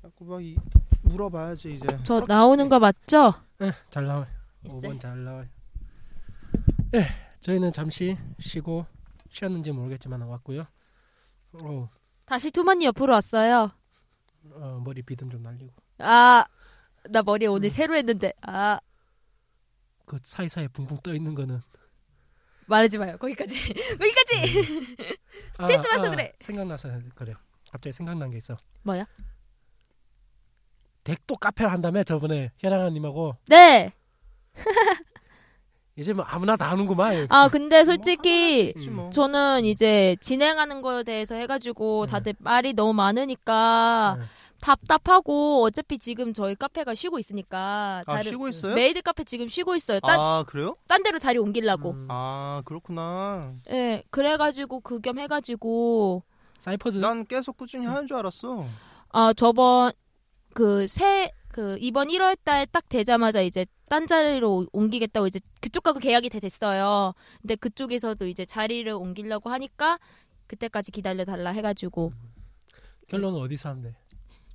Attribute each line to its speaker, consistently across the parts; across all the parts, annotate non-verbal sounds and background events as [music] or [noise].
Speaker 1: 자꾸 막 이, 물어봐야지 이제.
Speaker 2: 저 나오는 거 맞죠?
Speaker 3: 어,
Speaker 1: 잘 나와. 요
Speaker 2: 있어요.
Speaker 1: 5번 잘 나와요. 예, 저희는 잠시 쉬고 쉬었는지 모르겠지만 왔고요. 어,
Speaker 2: 다시 투머니 옆으로 왔어요.
Speaker 1: 어, 머리 비듬 좀 날리고
Speaker 2: 아, 나 머리
Speaker 3: 음.
Speaker 2: 오늘 새로 했는데. 아,
Speaker 1: 그 사이사이 붕붕 떠 있는 거는
Speaker 2: 말하지 마요. 거기까지. [laughs] 거기까지.
Speaker 3: 음.
Speaker 2: 스트레스 받아서 그래.
Speaker 1: 생각나서 그래. 갑자기 생각난 게 있어.
Speaker 2: 뭐야?
Speaker 1: 덱도 카페를 한다며 저번에 현아님하고
Speaker 2: 네.
Speaker 1: 이제 뭐 아무나 다 하는구만.
Speaker 2: 아, 근데 솔직히
Speaker 1: 음. 뭐.
Speaker 2: 저는 이제 진행하는 거에 대해서 해가지고
Speaker 3: 네.
Speaker 2: 다들 말이 너무 많으니까
Speaker 1: 네.
Speaker 2: 답답하고 어차피 지금 저희 카페가 쉬고 있으니까
Speaker 3: 아
Speaker 2: 다른-
Speaker 1: 그
Speaker 3: 쉬고 있어요?
Speaker 1: 네,
Speaker 2: 메이드 카페 지금 쉬고 있어요. 딴,
Speaker 3: 아 그래요?
Speaker 2: 딴 데로 자리 옮기려고.
Speaker 1: 음,
Speaker 3: 아 그렇구나.
Speaker 2: 예, 그래가지고 그 겸 해가지고
Speaker 1: 사이퍼즈
Speaker 3: 난 계속 꾸준히 하는 줄 알았어.
Speaker 2: 아 저번 그 새 그 이번 1월 달 딱 되자마자 이제 딴 자리로 옮기겠다고 이제 그쪽하고 계약이 돼 됐어요. 근데 그쪽에서도 이제 자리를 옮기려고 하니까 그때까지 기다려 달라 해가지고
Speaker 1: 결론은 어디서 하면 돼?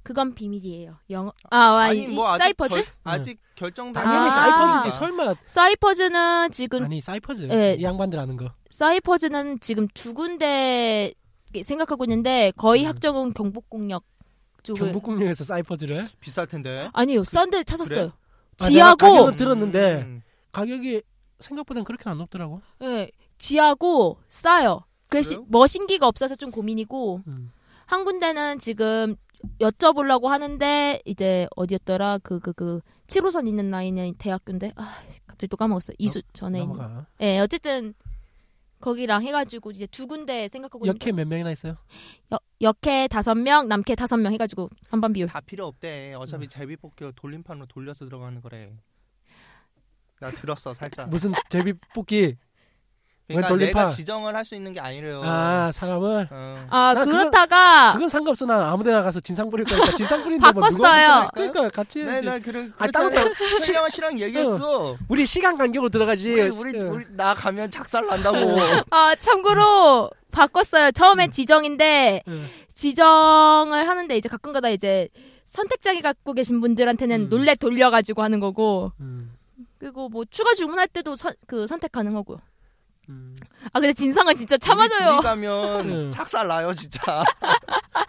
Speaker 2: 그건 비밀이에요. 영어 아 아니, 이
Speaker 3: 뭐
Speaker 1: 뭐
Speaker 3: 아직
Speaker 2: 사이퍼즈
Speaker 3: 결, 아직 결정된
Speaker 1: 네. 당연히
Speaker 2: 아.
Speaker 1: 사이퍼즈지 설마
Speaker 2: 사이퍼즈는 지금
Speaker 1: 아니 사이퍼즈
Speaker 2: 예.
Speaker 1: 이 양반들 아는 거.
Speaker 2: 사이퍼즈는 지금 두 군데 생각하고 있는데 거의
Speaker 1: 음.
Speaker 2: 학정은 경복공역 쪽을
Speaker 1: 경북공룡에서 사이퍼즈를
Speaker 3: 비쌀 텐데.
Speaker 2: 아니요 싼데 찾았어요.
Speaker 1: 아, 내가
Speaker 2: 지하고
Speaker 1: 가격은 들었는데
Speaker 3: 음.
Speaker 1: 가격이 생각보단 그렇게 안 높더라고.
Speaker 2: 예, 지하고 싸요. 그래서
Speaker 3: 그래요?
Speaker 2: 머신기가 없어서 좀 고민이고
Speaker 1: 음.
Speaker 2: 한 군데는 지금 여쭤보려고 하는데 이제 어디였더라 그 그 그 7호선 있는 라인이 대학교인데 아 갑자기 또 까먹었어 이수
Speaker 3: 네.
Speaker 2: 전에 있는
Speaker 1: 넘어가.
Speaker 2: 예 어쨌든 거기랑 해가지고 이제 두 군데 생각하고
Speaker 3: 뭐
Speaker 1: 역해
Speaker 2: 있는데
Speaker 1: 몇 명이나 있어요?
Speaker 2: 여- 역해 다섯 명 남캐 다섯 명 해가지고 한반 비율
Speaker 3: 다 필요 없대.
Speaker 1: 음.
Speaker 3: 어차피 제비뽑기 돌림판으로 돌려서 들어가는 거래.
Speaker 1: [laughs]
Speaker 3: 나 들었어 살짝.
Speaker 1: 무슨 제비 뽑기
Speaker 3: 그러니까
Speaker 1: 돌림판?
Speaker 3: 내가 지정을 할 수 있는 게 아니래요.
Speaker 1: 아 사람을
Speaker 3: 어.
Speaker 2: 아
Speaker 1: 나 그거-
Speaker 2: 그렇다가
Speaker 1: 그건 상관없어 나 아무데나 가서 진상 부릴 거니까 진상 부린다 뭐 누가
Speaker 2: 바꿨어요.
Speaker 1: 무슨 그러니까 같이 해야지.
Speaker 3: 네나 그런
Speaker 1: 아, 따로
Speaker 3: 신랑 씨랑 얘기했어.
Speaker 1: 우리 시간 간격으로 들어가지
Speaker 3: 우리 우리,
Speaker 1: 어.
Speaker 3: 우리 나 가면 작살 난다고.
Speaker 1: [laughs]
Speaker 2: 아
Speaker 1: 음.
Speaker 2: 참고로 바꿨어요 처음엔 지정인데
Speaker 1: 어.
Speaker 2: 지정을 하는데 이제 가끔가다 이제 선택장애 갖고 계신 분들한테는
Speaker 1: 음.
Speaker 2: 놀래 돌려가지고 하는 거고
Speaker 1: 음,
Speaker 2: 그리고 뭐 추가 주문할 때도 선, 그 선택 가능하고요.
Speaker 1: 음.
Speaker 2: 아 근데 진상은 진짜
Speaker 3: 우리 둘이
Speaker 2: 참아줘요.
Speaker 3: 가면
Speaker 1: 음.
Speaker 3: 작살 나요 진짜.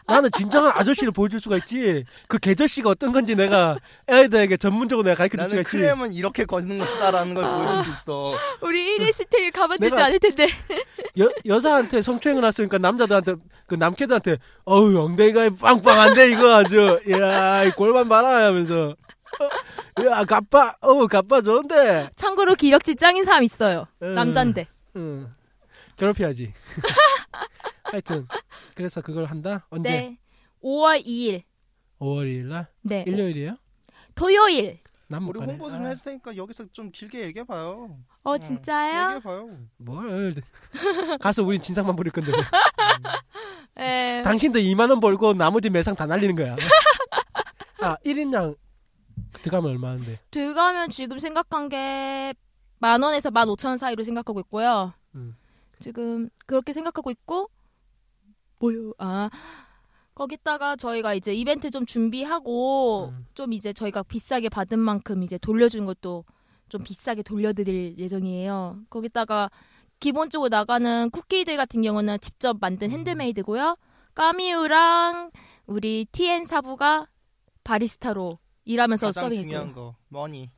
Speaker 1: 나는 진정한 아저씨를 보여줄 수가 있지 그 개저씨가 어떤 건지
Speaker 3: [laughs]
Speaker 1: 내가 애들에게 전문적으로 내가 가르쳐줄 수가
Speaker 3: 나는
Speaker 1: 있지
Speaker 3: 크렘은 이렇게 거는 것이다라는 걸 보여줄 수 있어.
Speaker 2: [laughs] 우리 1일 스테이 가만 두지
Speaker 1: 내가-
Speaker 2: 않을 [laughs] 텐데.
Speaker 1: 여, 여자한테 성추행을 했으니까 남자들한테 그 남캐들한테 어우 엉덩이가 빵빵한데 이거 아주 이야 이 골반 봐라 하면서 어, 야 가빠 어우 가빠 좋은데
Speaker 2: 참고로 기럭지 짱인 사람 있어요.
Speaker 1: 음.
Speaker 2: 남잔데.
Speaker 1: 응 괴롭혀야지 [laughs] 하여튼 그래서 그걸 한다 언제
Speaker 2: 네. 5월 2일.
Speaker 1: 5월 2일날
Speaker 2: 네.
Speaker 1: 일요일이에요
Speaker 2: 토요일.
Speaker 1: 뭐 난못
Speaker 3: 우리
Speaker 1: 가네 아,
Speaker 3: 홍보 좀 해줄 테니까 여기서 좀 길게 얘기해봐요.
Speaker 2: 어
Speaker 3: 어,
Speaker 2: 진짜요?
Speaker 3: 얘기해봐요.
Speaker 1: 뭘 [laughs] 가서 우린 진상만 부릴
Speaker 2: [laughs]
Speaker 1: 건데 뭐.
Speaker 2: 네.
Speaker 1: 당신들 2만 원 벌고 나머지 매상 다 날리는 거야 [laughs] 아 1인당 들어가면 얼마인데 아,
Speaker 2: 들어가면 지금 생각한 게 만 원에서 만 오천 원 사이로 생각하고 있고요.
Speaker 1: 음.
Speaker 2: 지금 그렇게 생각하고 있고 뭐요? 아 거기다가 저희가 이제 이벤트 좀 준비하고
Speaker 1: 음.
Speaker 2: 좀 이제 저희가 비싸게 받은 만큼 이제 돌려준 것도 좀 비싸게 돌려드릴 예정이에요. 거기다가 기본적으로 나가는 쿠키들 같은 경우는 직접 만든
Speaker 3: 음.
Speaker 2: 핸드메이드고요. 까미우랑 우리 TN 사부가 바리스타로 일하면서 네.
Speaker 3: 가장 중요한
Speaker 2: 서빙했고요.
Speaker 3: 거 머니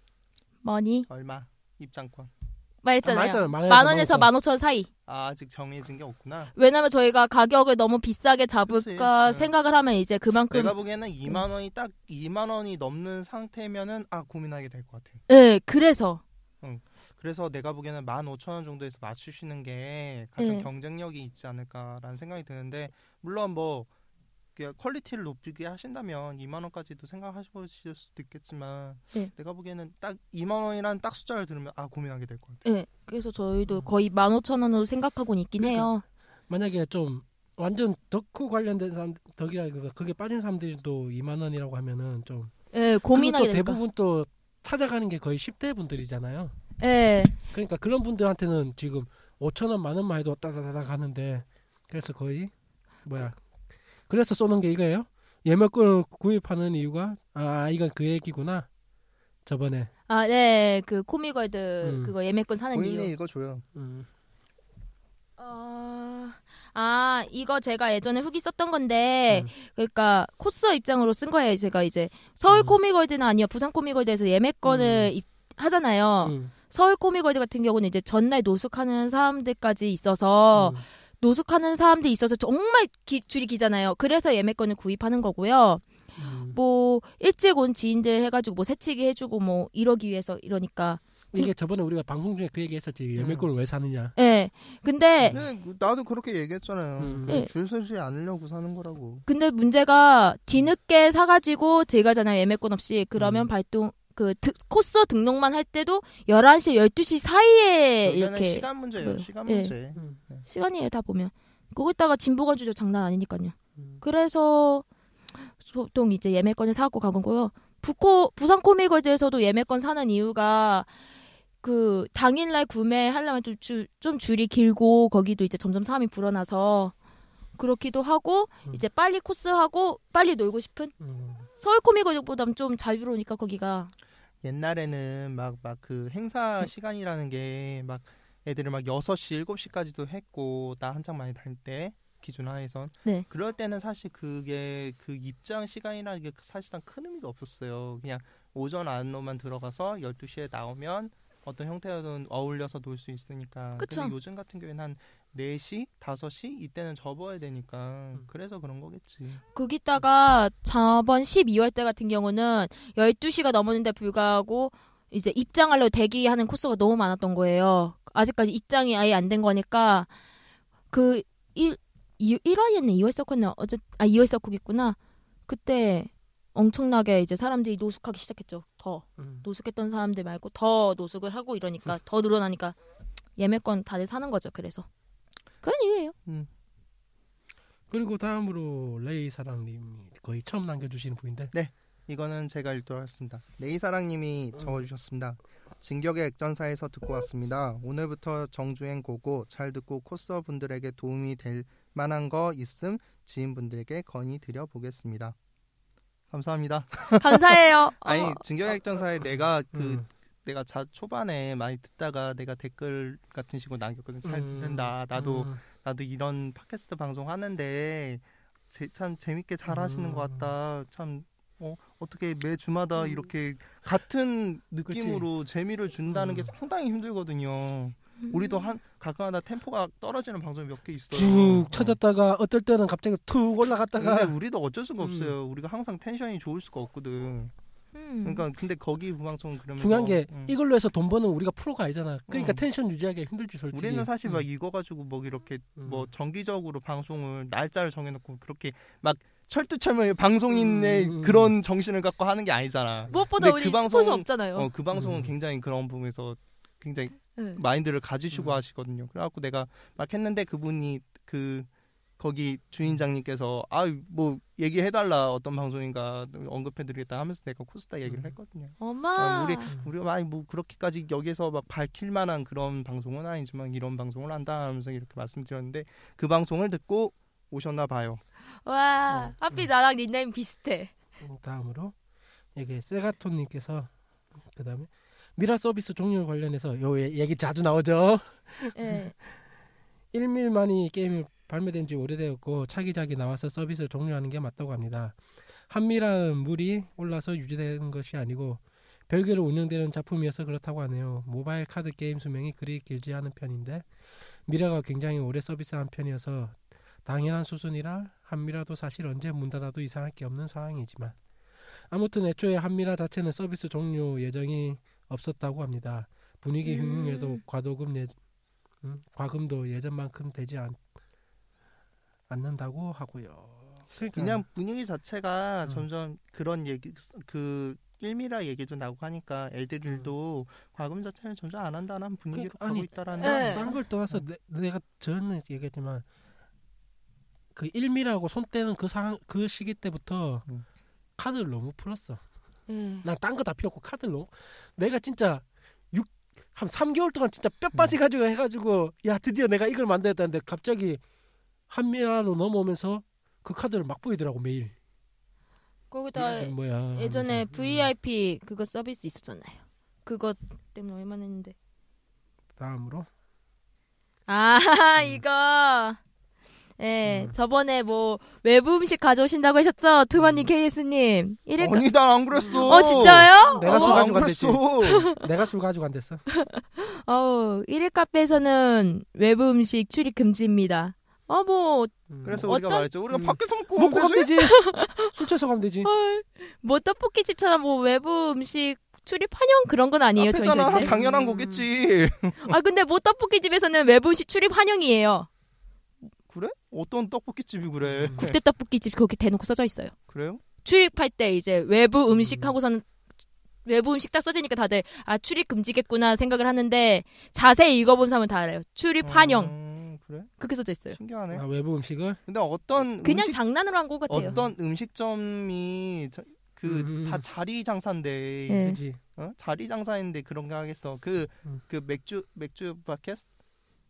Speaker 2: 머니
Speaker 3: 얼마 입장권.
Speaker 1: 아,
Speaker 2: 말했잖아요.
Speaker 1: 말했잖아, 만 원에서
Speaker 2: 만 원에서
Speaker 1: 만
Speaker 2: 만 오천 원 사이.
Speaker 3: 아, 아직 정해진 게 없구나.
Speaker 2: 왜냐면 저희가 가격을 너무 비싸게 잡을까
Speaker 3: 그치.
Speaker 2: 생각을 하면 이제 그만큼
Speaker 3: 내가 보기에는 2만 원이 딱 2만 원이 넘는 상태면은 아 고민하게 될 것 같아.
Speaker 2: 네 그래서
Speaker 3: 그래서 내가 보기에는 15,000원 정도에서 맞추시는 게 가장
Speaker 2: 네.
Speaker 3: 경쟁력이 있지 않을까라는 생각이 드는데 물론 뭐 그 퀄리티를 높이게 하신다면 2만 원까지도 생각하실 수도 있겠지만
Speaker 2: 네.
Speaker 3: 내가 보기에는 딱 2만 원이란 딱 숫자를 들으면 아 고민하게 될 것 같아.
Speaker 2: 네 그래서 저희도 거의 만 오천 원으로 생각하고는 있긴
Speaker 1: 그러니까.
Speaker 2: 해요.
Speaker 1: 만약에 좀 완전 덕후 관련된 사람 덕이라 그 그게 빠진 사람들도 2만 원이라고 하면은 좀
Speaker 2: 네 고민하게
Speaker 1: 그리고 또
Speaker 2: 되니까.
Speaker 1: 대부분 또 찾아가는 게 거의 10대 분들이잖아요.
Speaker 2: 네
Speaker 1: 그러니까 그런 분들한테는 지금 5천 원, 만 원만 해도 따다다닥 가는데 그래서 거의 뭐야 그래서 쏘는 게 이거예요. 예매권을 구입하는 이유가 아 이건 그 얘기구나. 저번에
Speaker 2: 아, 네. 그 코미걸드
Speaker 1: 음.
Speaker 2: 그거 예매권 사는 이유.
Speaker 3: 본인이 읽어줘요.
Speaker 1: 음.
Speaker 2: 어, 아, 이거 제가 예전에 후기 썼던 건데,
Speaker 1: 음.
Speaker 2: 그러니까 코스어 입장으로 쓴 거예요. 제가 이제 서울
Speaker 1: 음.
Speaker 2: 코미걸드는 아니요, 부산 코미걸드에서 예매권을 입- 하잖아요.
Speaker 1: 음,
Speaker 2: 서울 코미걸드 같은 경우는 이제 전날 노숙하는 사람들까지 있어서
Speaker 1: 음.
Speaker 2: 노숙하는 사람들이 있어서 정말 기- 줄이 기잖아요. 그래서 예매권을 구입하는 거고요.
Speaker 1: 음.
Speaker 2: 뭐 일찍 온 지인들 해가지고 뭐 새치기 해주고 뭐 이러기 위해서 이러니까.
Speaker 1: 이게 저번에 우리가 방송 중에 그 얘기했었지 예매권을 왜 사느냐.
Speaker 2: 예. 근데
Speaker 3: 네, 그- 나도 그렇게 얘기했잖아요.
Speaker 1: 음.
Speaker 3: 그냥
Speaker 2: 네.
Speaker 3: 줄 서지 않으려고 사는 거라고.
Speaker 2: 근데 문제가 뒤늦게 사가지고 들어가잖아요. 예매권 없이. 그러면
Speaker 1: 음.
Speaker 2: 발동 그 드- 코스 등록만 할 때도 11시, 12시 사이에
Speaker 3: 그러니까는
Speaker 2: 네, 이렇게
Speaker 3: 시간 문제예요.
Speaker 2: 그거요.
Speaker 3: 시간
Speaker 2: 예.
Speaker 3: 문제.
Speaker 1: 음.
Speaker 2: 시간이에요 다 보면 거기다가 진보건 주죠 장난 아니니까요
Speaker 1: 음.
Speaker 2: 그래서 보통 이제 예매권을 사고 가는 거요 부코 부산 코믹월드에서도 예매권 사는 이유가 그 당일날 구매하려면 좀, 줄, 좀 줄이 길고 거기도 이제 점점 사람이 불어나서 그렇기도 하고
Speaker 1: 음.
Speaker 2: 이제 빨리 코스하고 빨리 놀고 싶은
Speaker 1: 음.
Speaker 2: 서울 코믹월드보다는 좀 자유로우니까 거기가
Speaker 3: 옛날에는 막 막 그 행사 시간이라는 게 막 애들이 막 6시, 7시까지도 했고 나 한창 많이 다닐 때 기준 하에선
Speaker 2: 네.
Speaker 3: 그럴 때는 사실 그게 그 입장 시간이라는 게그 사실상 큰 의미가 없었어요. 그냥 오전 안으로만 들어가서 12시에 나오면 어떤 형태로든 어울려서 놀 수 있으니까.
Speaker 2: 그쵸.
Speaker 3: 근데 요즘 같은 경우에는 한 4시, 5시 이때는 접어야 되니까
Speaker 1: 음.
Speaker 3: 그래서 그런 거겠지.
Speaker 2: 거기다가 저번 12월 때 같은 경우는 12시가 넘었는데 불구하고 이제 입장하려고 대기하는 코스가 너무 많았던 거예요. 아직까지 입장이 아예 안 된 거니까 그 1, 2, 1월이었네, 2월 서클이나 어제 아 2월 서클이구나. 그때 엄청나게 이제 사람들이 노숙하기 시작했죠. 더
Speaker 1: 음.
Speaker 2: 노숙했던 사람들 말고 더 노숙을 하고
Speaker 3: 음.
Speaker 2: 이러니까 더 늘어나니까 예매권 다들 사는 거죠. 그래서 그런 이유예요.
Speaker 1: 그리고 다음으로 레이 사랑님이 거의 처음 남겨주시는 분인데
Speaker 3: 이거는 제가 읽도록 하겠습니다.
Speaker 1: 음.
Speaker 3: 네이사랑님이 적어주셨습니다. 진격의 액전사에서 듣고 왔습니다. 오늘부터 정주행 고고 잘 듣고 코스어 분들에게 도움이 될 만한 거 있음 지인분들에게 건의 드려 보겠습니다. 감사합니다.
Speaker 2: 감사해요.
Speaker 3: 아니
Speaker 2: 어,
Speaker 3: 진격의 액전사에 내가 그
Speaker 1: 음.
Speaker 3: 내가 자 초반에 많이 듣다가 내가 댓글 같은 식으로 남겼거든. 잘
Speaker 1: 음.
Speaker 3: 듣는다. 나도
Speaker 1: 음.
Speaker 3: 나도 이런 팟캐스트 방송 하는데 제- 참 재밌게 잘 하시는
Speaker 1: 음.
Speaker 3: 것 같다. 참 어, 어떻게 매 주마다 이렇게 같은 느낌으로 재미를 준다는 게
Speaker 1: 음.
Speaker 3: 상당히 힘들거든요. 우리도 한 가끔마다 템포가 떨어지는 방송이 몇 개 있어요.
Speaker 1: 쭉
Speaker 3: 어.
Speaker 1: 쳐졌다가 어떨 때는 갑자기 툭 올라갔다가
Speaker 3: 근데 우리도 어쩔 수가
Speaker 1: 음.
Speaker 3: 없어요. 우리가 항상 텐션이 좋을 수가 없거든.
Speaker 2: 음.
Speaker 3: 그러니까 근데 거기 무방송 그러면
Speaker 1: 중요한 게
Speaker 3: 음.
Speaker 1: 이걸로 해서 돈 버는 우리가 프로가 아니잖아. 그러니까
Speaker 3: 음.
Speaker 1: 텐션 유지하기 힘들지 솔직히.
Speaker 3: 우리는 사실
Speaker 1: 음.
Speaker 3: 막 이거 가지고 뭐 이렇게
Speaker 1: 음.
Speaker 3: 뭐 정기적으로 방송을 날짜를 정해놓고 그렇게 막 철두철미하게 방송인의
Speaker 1: 음, 음.
Speaker 3: 그런 정신을 갖고 하는 게 아니잖아.
Speaker 2: 무엇보다
Speaker 3: 근데
Speaker 2: 우리
Speaker 3: 그 방송-
Speaker 2: 스폰서 없잖아요.
Speaker 3: 어, 그 방송은
Speaker 1: 음.
Speaker 3: 굉장히 그런 부분에서 굉장히
Speaker 2: 네.
Speaker 3: 마인드를 가지시고
Speaker 1: 음.
Speaker 3: 하시거든요. 그래갖고 내가 막 했는데 그분이 그 거기 주인장님께서 아 뭐 얘기해달라 어떤 방송인가 언급해드리겠다 하면서 내가 코스타 얘기를
Speaker 1: 음.
Speaker 3: 했거든요.
Speaker 2: 엄마.
Speaker 3: 아, 우리- 우리가 많이 뭐 그렇게까지 여기서 막 밝힐 만한 그런 방송은 아니지만 이런 방송을 한다 하면서 이렇게 말씀드렸는데 그 방송을 듣고 오셨나 봐요.
Speaker 2: 와,
Speaker 1: 어,
Speaker 2: 하필
Speaker 1: 음.
Speaker 2: 나랑 닉네임 비슷해.
Speaker 1: 음, 다음으로 이게 세가톤님께서 그다음에 미라 서비스 종료 관련해서 요 얘- 얘기 자주 나오죠.
Speaker 2: 예.
Speaker 1: 1밀 만이 게임이 발매된 지 오래되었고 차기작이 나와서 서비스를 종료하는 게 맞다고 합니다. 한미라는 물이 올라서 유지되는 것이 아니고 별개로 운영되는 작품이어서 그렇다고 하네요. 모바일 카드 게임 수명이 그리 길지 않은 편인데 미라가 굉장히 오래 서비스한 편이어서 당연한 수순이라 한미라도 사실 언제 문 닫아도 이상할 게 없는 상황이지만 아무튼 애초에 한미라 자체는 서비스 종료 예정이 없었다고 합니다. 분위기
Speaker 2: 음.
Speaker 1: 흉흉해도 과도금 예, 음, 과금도 예전만큼 되지 않, 않는다고 하고요. 그러니까
Speaker 3: 그냥 분위기 자체가
Speaker 1: 음.
Speaker 3: 점점 그런 얘기 그 일미라 얘기도 나오고 하니까 애들도 과금 자체를 점점 안 한다는 분위기가
Speaker 1: 그러니까,
Speaker 3: 가고
Speaker 1: 아니,
Speaker 3: 있다라는
Speaker 2: 네.
Speaker 1: 딴 걸 떠나서 내, 가 저는 얘기했지만 그 일밀하고 손 떼는 그 상황 그 시기 때부터
Speaker 3: 음.
Speaker 1: 카드를 너무 풀었어.
Speaker 2: 예.
Speaker 1: 난 딴 거 다 필요 없고 카드를 너무 내가 진짜 육 한 3개월 동안 진짜
Speaker 3: 음.
Speaker 1: 뼈 빠지 가지고 해가지고 야 드디어 내가 이걸 만들었다는데 갑자기 한미라로 넘어오면서 그 카드를 막 보이더라고 매일
Speaker 2: 거기다
Speaker 1: 뭐야.
Speaker 2: 네. 예전에
Speaker 1: 하면서. 음.
Speaker 2: VIP 그거 서비스 있었잖아요. 그것 때문에 얼마나 했는데.
Speaker 1: 다음으로
Speaker 2: 아 [laughs] 이거. 예,
Speaker 1: 음.
Speaker 2: 저번에 뭐 외부 음식 가져오신다고 하셨죠, 투머니 케이스님. 일일 거-
Speaker 3: 아니 난안 그랬어.
Speaker 2: 그러니까 어 진짜요?
Speaker 1: 내가 술
Speaker 2: 어,
Speaker 1: 가지고
Speaker 3: 안
Speaker 1: 간댔지.
Speaker 3: 그랬어.
Speaker 1: 내가 술 가지고 안 됐어.
Speaker 2: 어우, 일일 카페에서는 외부 음식 출입 금지입니다. 어, 뭐,
Speaker 1: 음.
Speaker 3: 그래서 뭐
Speaker 2: 어떤-
Speaker 3: 우리가 말했죠. 우리가
Speaker 1: 음.
Speaker 3: 밖에서 먹고
Speaker 1: 먹고
Speaker 3: 오면
Speaker 1: 가면
Speaker 3: 되지.
Speaker 1: 되지. 술 취해서 가면 되지.
Speaker 2: 헐, 뭐 떡볶이집처럼 뭐 외부 음식 출입 환영 그런 건 아니에요,
Speaker 3: 앞에잖아.
Speaker 2: 저희한테.
Speaker 3: 당연한 거겠지.
Speaker 2: 아, 근데 뭐 떡볶이집에서는 외부 음식 출입 환영이에요.
Speaker 3: 그래? 어떤 떡볶이 집이 그래?
Speaker 1: 음.
Speaker 2: 국대 떡볶이집 거기 대놓고 써져 있어요.
Speaker 3: [laughs] 그래요?
Speaker 2: 출입할 때 이제 외부
Speaker 1: 음.
Speaker 2: 음식 하고서는 외부 음식 딱 써지니까 다들 아 출입 금지겠구나 생각을 하는데 자세히 읽어본 사람은 다 알아요. 출입 그 환영
Speaker 3: 음, 그래?
Speaker 2: 그렇게 써져 있어요.
Speaker 3: 신기하네.
Speaker 1: 아, 외부 음식을
Speaker 3: 근데 어떤
Speaker 2: 그냥
Speaker 3: 음식,
Speaker 2: 장난으로 한 것 같아요.
Speaker 3: 어떤 음식점이 그
Speaker 1: 음.
Speaker 3: 다 자리 장사인데
Speaker 2: 네.
Speaker 1: 그지.
Speaker 3: 어? 자리 장사인데 그런 거 하겠어. 그 그
Speaker 1: 음.
Speaker 3: 맥주 맥주 버켓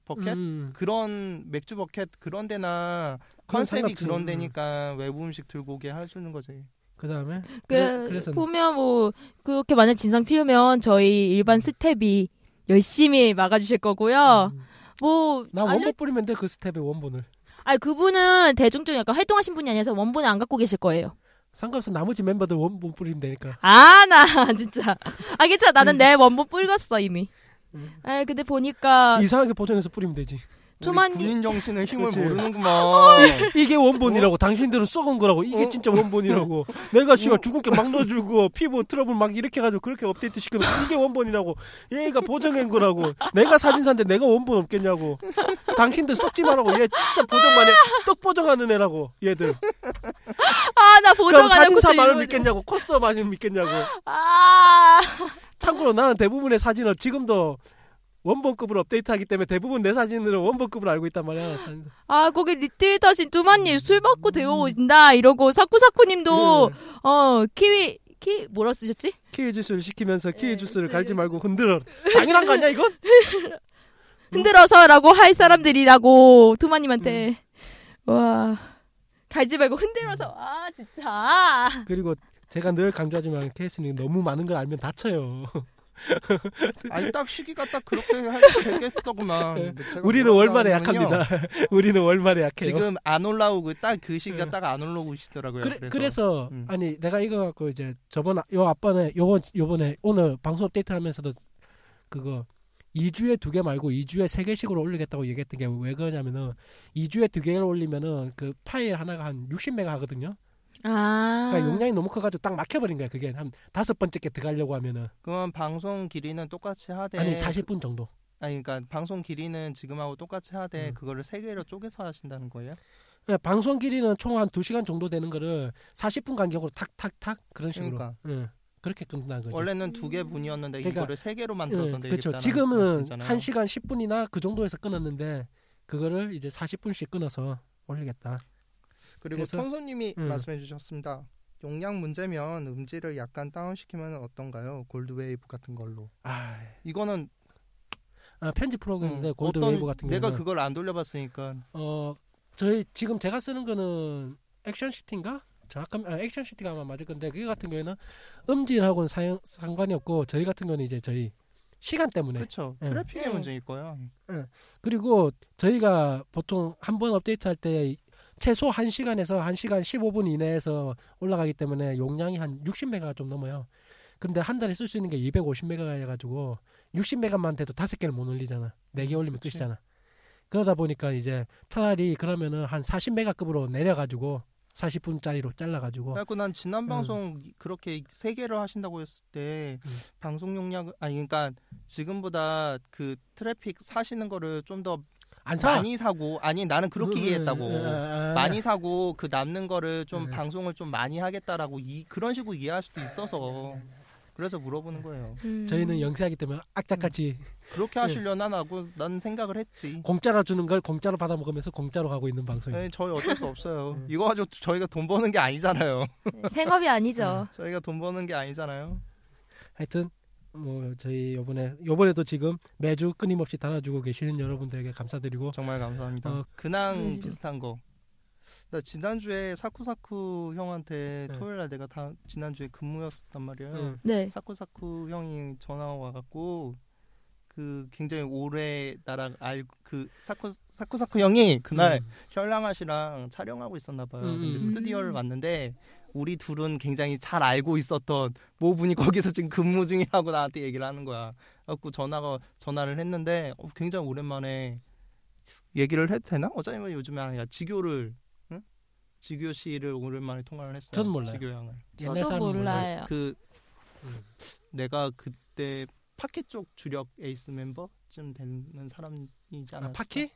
Speaker 3: 버켓
Speaker 1: 음.
Speaker 3: 그런 맥주 버켓 그런 데나
Speaker 1: 그건
Speaker 3: 컨셉이
Speaker 1: 상관없지.
Speaker 3: 그런
Speaker 1: 음.
Speaker 3: 데니까 외부 음식 들고 오게 해주는 거지.
Speaker 1: 그다음에
Speaker 2: 그래,
Speaker 1: 그래서
Speaker 2: 보면 뭐 그렇게 만약 진상 피우면 저희 일반 스텝이 열심히 막아주실 거고요.
Speaker 1: 음.
Speaker 2: 뭐
Speaker 1: 나
Speaker 2: 알려-
Speaker 1: 원본 뿌리면 돼 그 스텝의 원본을.
Speaker 2: 아니 그분은 대중 적 약간 활동하신 분이 아니라서 원본을 안 갖고 계실 거예요.
Speaker 1: 상관없어 나머지 멤버들 원본 뿌리면 되니까.
Speaker 2: 아 나 [laughs] 진짜 아 괜찮아
Speaker 1: 음.
Speaker 2: 나는 내 원본 뿔었어 이미. 아 근데 보니까
Speaker 1: 이상하게 보정해서 뿌리면 되지.
Speaker 2: 초만이-
Speaker 3: 우리 군인
Speaker 1: [laughs]
Speaker 3: 정신의 힘을
Speaker 1: 그치.
Speaker 2: [laughs]
Speaker 3: 모르는구만.
Speaker 1: 이게 원본이라고 당신들은 썩은 거라고 이게
Speaker 3: 어?
Speaker 1: 진짜 원본이라고 내가 씨가 죽을 게 막 넣어주고 피부 트러블 막 이렇게 가지고 그렇게 업데이트 시키고 이게 원본이라고 얘가 보정한 거라고 내가 사진사인데 내가 원본 없겠냐고 당신들 썩지 말라고 얘 진짜 보정만 해떡 보정하는 애라고 얘들
Speaker 2: 아 나 보정
Speaker 1: 그럼
Speaker 2: 안 하고
Speaker 1: 사진사 말을 믿겠냐고 코스 말을 믿겠냐고
Speaker 2: 아
Speaker 1: 참고로 나는 대부분의 사진을 지금도 원본급으로 업데이트하기 때문에 대부분 내 사진들은 원본급으로 알고 있단 말이야 사진사.
Speaker 2: 아, 거기 리트윗 하신 뚜마님 술 먹고 데려오신다 이러고 사쿠사쿠님도
Speaker 1: 예.
Speaker 2: 어 키위 키 뭐라 쓰셨지?
Speaker 1: 키위 주스를 시키면서 키위
Speaker 2: 예,
Speaker 1: 주스를
Speaker 2: 그-
Speaker 1: 갈지 말고 흔들어. 당연한 거 아니야
Speaker 2: [laughs]
Speaker 1: 이건?
Speaker 2: 흔들어서라고 할 사람들이라고 투마님한테
Speaker 1: 음.
Speaker 2: 와 갈지 말고 흔들어서 아 진짜
Speaker 1: 그리고 제가 늘 강조하지만 케이스는 너무 많은 걸 알면 다쳐요. [laughs]
Speaker 3: 아니 딱 시기가 딱 그렇게
Speaker 2: [laughs]
Speaker 3: 해도 되겠더구만. 제가
Speaker 1: 네. 우리는
Speaker 3: 뭐라
Speaker 1: 월말에
Speaker 3: 하냐면요.
Speaker 1: 약합니다. 우리는 월말에 약해요.
Speaker 3: 지금 안 올라오고 딱 그 시기가
Speaker 1: 네.
Speaker 3: 딱 안 올라오시더라고요.
Speaker 1: 그래, 그래서
Speaker 3: 음.
Speaker 1: 아니 내가 이거 갖고 이제 저번 아- 요 앞번에 요번 요번에 오늘 방송 업데이트 하면서도 그거 2주에 두 개 말고 2주에 세 개씩으로 올리겠다고 얘기했던 게 왜 그러냐면은 2주에 두 개를 올리면은 그 파일 하나가 한 60메가 하거든요.
Speaker 2: 아
Speaker 1: 그러니까 용량이 너무 커가지고 딱 막혀버린 거야. 그게 한 다섯 번째 게 들어가려고 하면은
Speaker 3: 그러면 방송 길이는 똑같이 하되
Speaker 1: 아니 40분 정도.
Speaker 3: 아니 그러니까 방송 길이는 지금하고 똑같이 하되
Speaker 1: 음.
Speaker 3: 그거를 세 개로 쪼개서 하신다는 거예요?
Speaker 1: 예, 방송 길이는 총 한 두시간 정도 되는 거를 40분 간격으로 탁탁탁 그런 식으로
Speaker 3: 그러니까.
Speaker 1: 예, 그렇게 끊는다는 거죠.
Speaker 3: 원래는 두 개 분이었는데
Speaker 1: 그러니까,
Speaker 3: 이거를 세 개로 만들어서
Speaker 1: 예,
Speaker 3: 내겠다는
Speaker 1: 그렇죠. 지금은
Speaker 3: 말씀이잖아요.
Speaker 1: 1시간 10분이나 그 정도에서 끊었는데 그거를 이제 40분씩 끊어서 올리겠다.
Speaker 3: 그리고
Speaker 1: 그래서-
Speaker 3: 청소님이
Speaker 1: 음.
Speaker 3: 말씀해 주셨습니다. 용량 문제면 음질을 약간 다운시키면 어떤가요? 골드웨이브 같은 걸로.
Speaker 1: 아,
Speaker 3: 이거는
Speaker 1: 아, 편집 프로그램인데
Speaker 3: 음,
Speaker 1: 골드
Speaker 3: 어떤-
Speaker 1: 웨이브 같은 경우는
Speaker 3: 내가 그걸 안 돌려봤으니까
Speaker 1: 어 저희 지금 제가 쓰는 거는 액션 시티인가? 정확한 아, 액션 시티가 아마 맞을 건데 그 같은 경우에는 음질하고는 사용, 상관이 없고 저희 같은 경우는 이제 저희 시간 때문에
Speaker 3: 그렇죠.
Speaker 1: 예.
Speaker 3: 트래픽의
Speaker 2: 예.
Speaker 3: 문제일 거예요.
Speaker 1: 그리고 저희가 보통 한 번 업데이트 할 때 최소 1시간에서 1시간 15분 이내에서 올라가기 때문에 용량이 한 60메가가 좀 넘어요. 근데 한 달에 쓸 수 있는 게 250메가가 해가지고 60메가만 돼도 다섯 개를 못 올리잖아. 네 개 올리면
Speaker 3: 그치.
Speaker 1: 끝이잖아. 그러다 보니까 이제 차라리 그러면은 한 40메가급으로 내려가지고 40분짜리로 잘라가지고
Speaker 3: 그래갖고 난 지난
Speaker 1: 음.
Speaker 3: 방송 그렇게 세 개를 하신다고 했을 때
Speaker 1: 음.
Speaker 3: 방송 용량 아니 그러니까 지금보다 그 트래픽 사시는 거를 좀 더
Speaker 1: 안 아, 사.
Speaker 3: 많이 사고 아니 나는 그렇게
Speaker 1: 음,
Speaker 3: 이해했다고
Speaker 1: 음, 음,
Speaker 3: 많이 사고 그 남는 거를 좀
Speaker 1: 네.
Speaker 3: 방송을 좀 많이 하겠다라고 이 그런 식으로 이해할 수도
Speaker 1: 아, 네,
Speaker 3: 있어서 그래서 물어보는 거예요.
Speaker 2: 음.
Speaker 1: 저희는 영세하기 때문에 악착같이
Speaker 3: 그렇게
Speaker 1: 예.
Speaker 3: 하시려나 하고 난 생각을 했지.
Speaker 1: 공짜로 주는 걸 공짜로 받아 먹으면서 공짜로 가고 있는 방송이.
Speaker 3: 네, 저희 어쩔 수 없어요.
Speaker 1: 음.
Speaker 3: 이거 가지고 저희가 돈 버는 게 아니잖아요.
Speaker 2: 네, 생업이 아니죠.
Speaker 1: 음.
Speaker 3: 저희가 돈 버는 게 아니잖아요.
Speaker 1: 하여튼 뭐 저희 요번에 요번에도 지금 매주 끊임없이 달아주고 계시는 여러분들에게 감사드리고
Speaker 3: 정말 감사합니다.
Speaker 1: 어,
Speaker 3: 근황
Speaker 2: 그러시죠.
Speaker 3: 비슷한 거. 나 지난주에 사쿠사쿠 형한테
Speaker 1: 네.
Speaker 3: 토요일 날 내가 다 지난주에 근무였었단 말이에요.
Speaker 1: 응.
Speaker 2: 네.
Speaker 3: 사쿠사쿠 형이 전화 와갖고 그 굉장히 오래 나랑 알고 그 사쿠 사쿠사쿠 형이 그날 현랑아씨랑 촬영하고 있었나 봐요.
Speaker 1: 음,
Speaker 3: 근데
Speaker 1: 음.
Speaker 3: 스튜디오를 왔는데 우리 둘은 굉장히 잘 알고 있었던 모분이 거기서 지금 근무 중이라고 나한테 얘기를 하는 거야. 그래갖고 전화가 전화를 했는데 어, 굉장히 오랜만에 얘기를 해도 되나? 어차피 뭐 요즘에 아, 야 지교를 응? 지교 씨를 오랜만에 통화를 했어요.
Speaker 1: 전 몰라요. 아.
Speaker 3: 지교 양을.
Speaker 1: 옛날
Speaker 2: 저도
Speaker 1: 사람
Speaker 2: 몰라요.
Speaker 3: 그
Speaker 1: 음.
Speaker 3: 내가 그때 파켓 쪽 주력 에이스 멤버쯤 되는 사람이지 않았어?
Speaker 1: 아, 파키?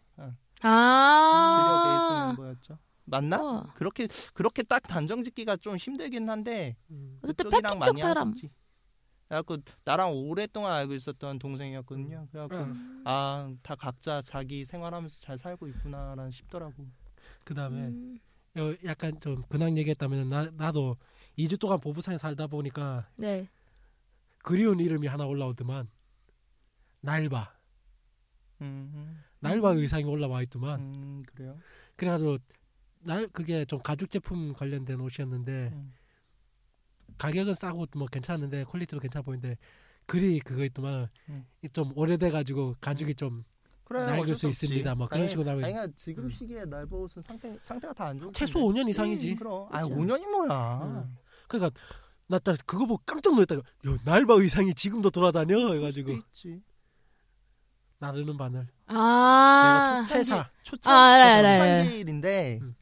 Speaker 3: 주력 에이스
Speaker 2: 아.
Speaker 3: 멤버였죠. 맞나?
Speaker 2: 우와.
Speaker 3: 그렇게 그렇게 딱 단정 짓기가 좀 힘들긴 한데
Speaker 1: 음.
Speaker 2: 어쨌든
Speaker 3: 그쪽이랑
Speaker 2: 패킷 쪽
Speaker 3: 많이
Speaker 2: 사람.
Speaker 3: 하셨지. 그래갖고 나랑 오랫동안 알고 있었던 동생이었거든요. 그래갖고
Speaker 1: 응.
Speaker 2: 음.
Speaker 3: 아 다 각자 자기 생활하면서 잘 살고 있구나라는 싶더라고.
Speaker 1: 그다음에
Speaker 2: 음.
Speaker 1: 여- 약간 좀 근황 얘기했다면 나, 나도 2주 동안 보부상에 살다 보니까
Speaker 2: 네.
Speaker 1: 그리운 이름이 하나 올라오더만 날바
Speaker 3: 음,
Speaker 1: 날바 의상이 올라와 있더만
Speaker 3: 음 그래요.
Speaker 1: 그래가지고 날 그게 좀 가죽 제품 관련된 옷이었는데
Speaker 3: 음.
Speaker 1: 가격은 싸고 뭐 괜찮은데 퀄리티도 괜찮아 보이는데 글이 그거 있더만
Speaker 3: 음.
Speaker 1: 좀 오래돼가지고 가죽이
Speaker 2: 음.
Speaker 1: 좀
Speaker 3: 그래,
Speaker 1: 낡을
Speaker 3: 어쩔
Speaker 1: 수 있습니다. 뭐 그런
Speaker 3: 아니,
Speaker 1: 식으로 나오겠-
Speaker 3: 아니 그러니까 지금
Speaker 1: 음.
Speaker 3: 시기에 날보 옷은 상태 상태가 다
Speaker 2: 음.
Speaker 3: 안 좋은.
Speaker 1: 최소 5년 이상이지.
Speaker 3: 그럼. 아
Speaker 1: 그치.
Speaker 3: 5년이 뭐야.
Speaker 1: 음. 그러니까 나 딱 그거 보고 깜짝 놀랐다. 야, 날바 의상이 지금도 돌아다녀 해가지고
Speaker 2: 음.
Speaker 3: 있지.
Speaker 1: 나르는 바늘.
Speaker 2: 아.
Speaker 3: 내가 초창기
Speaker 1: 최사.
Speaker 3: 초창, 그러니까
Speaker 2: 아, 알아, 알아, 알아.
Speaker 3: 초창기 일인데
Speaker 1: 음.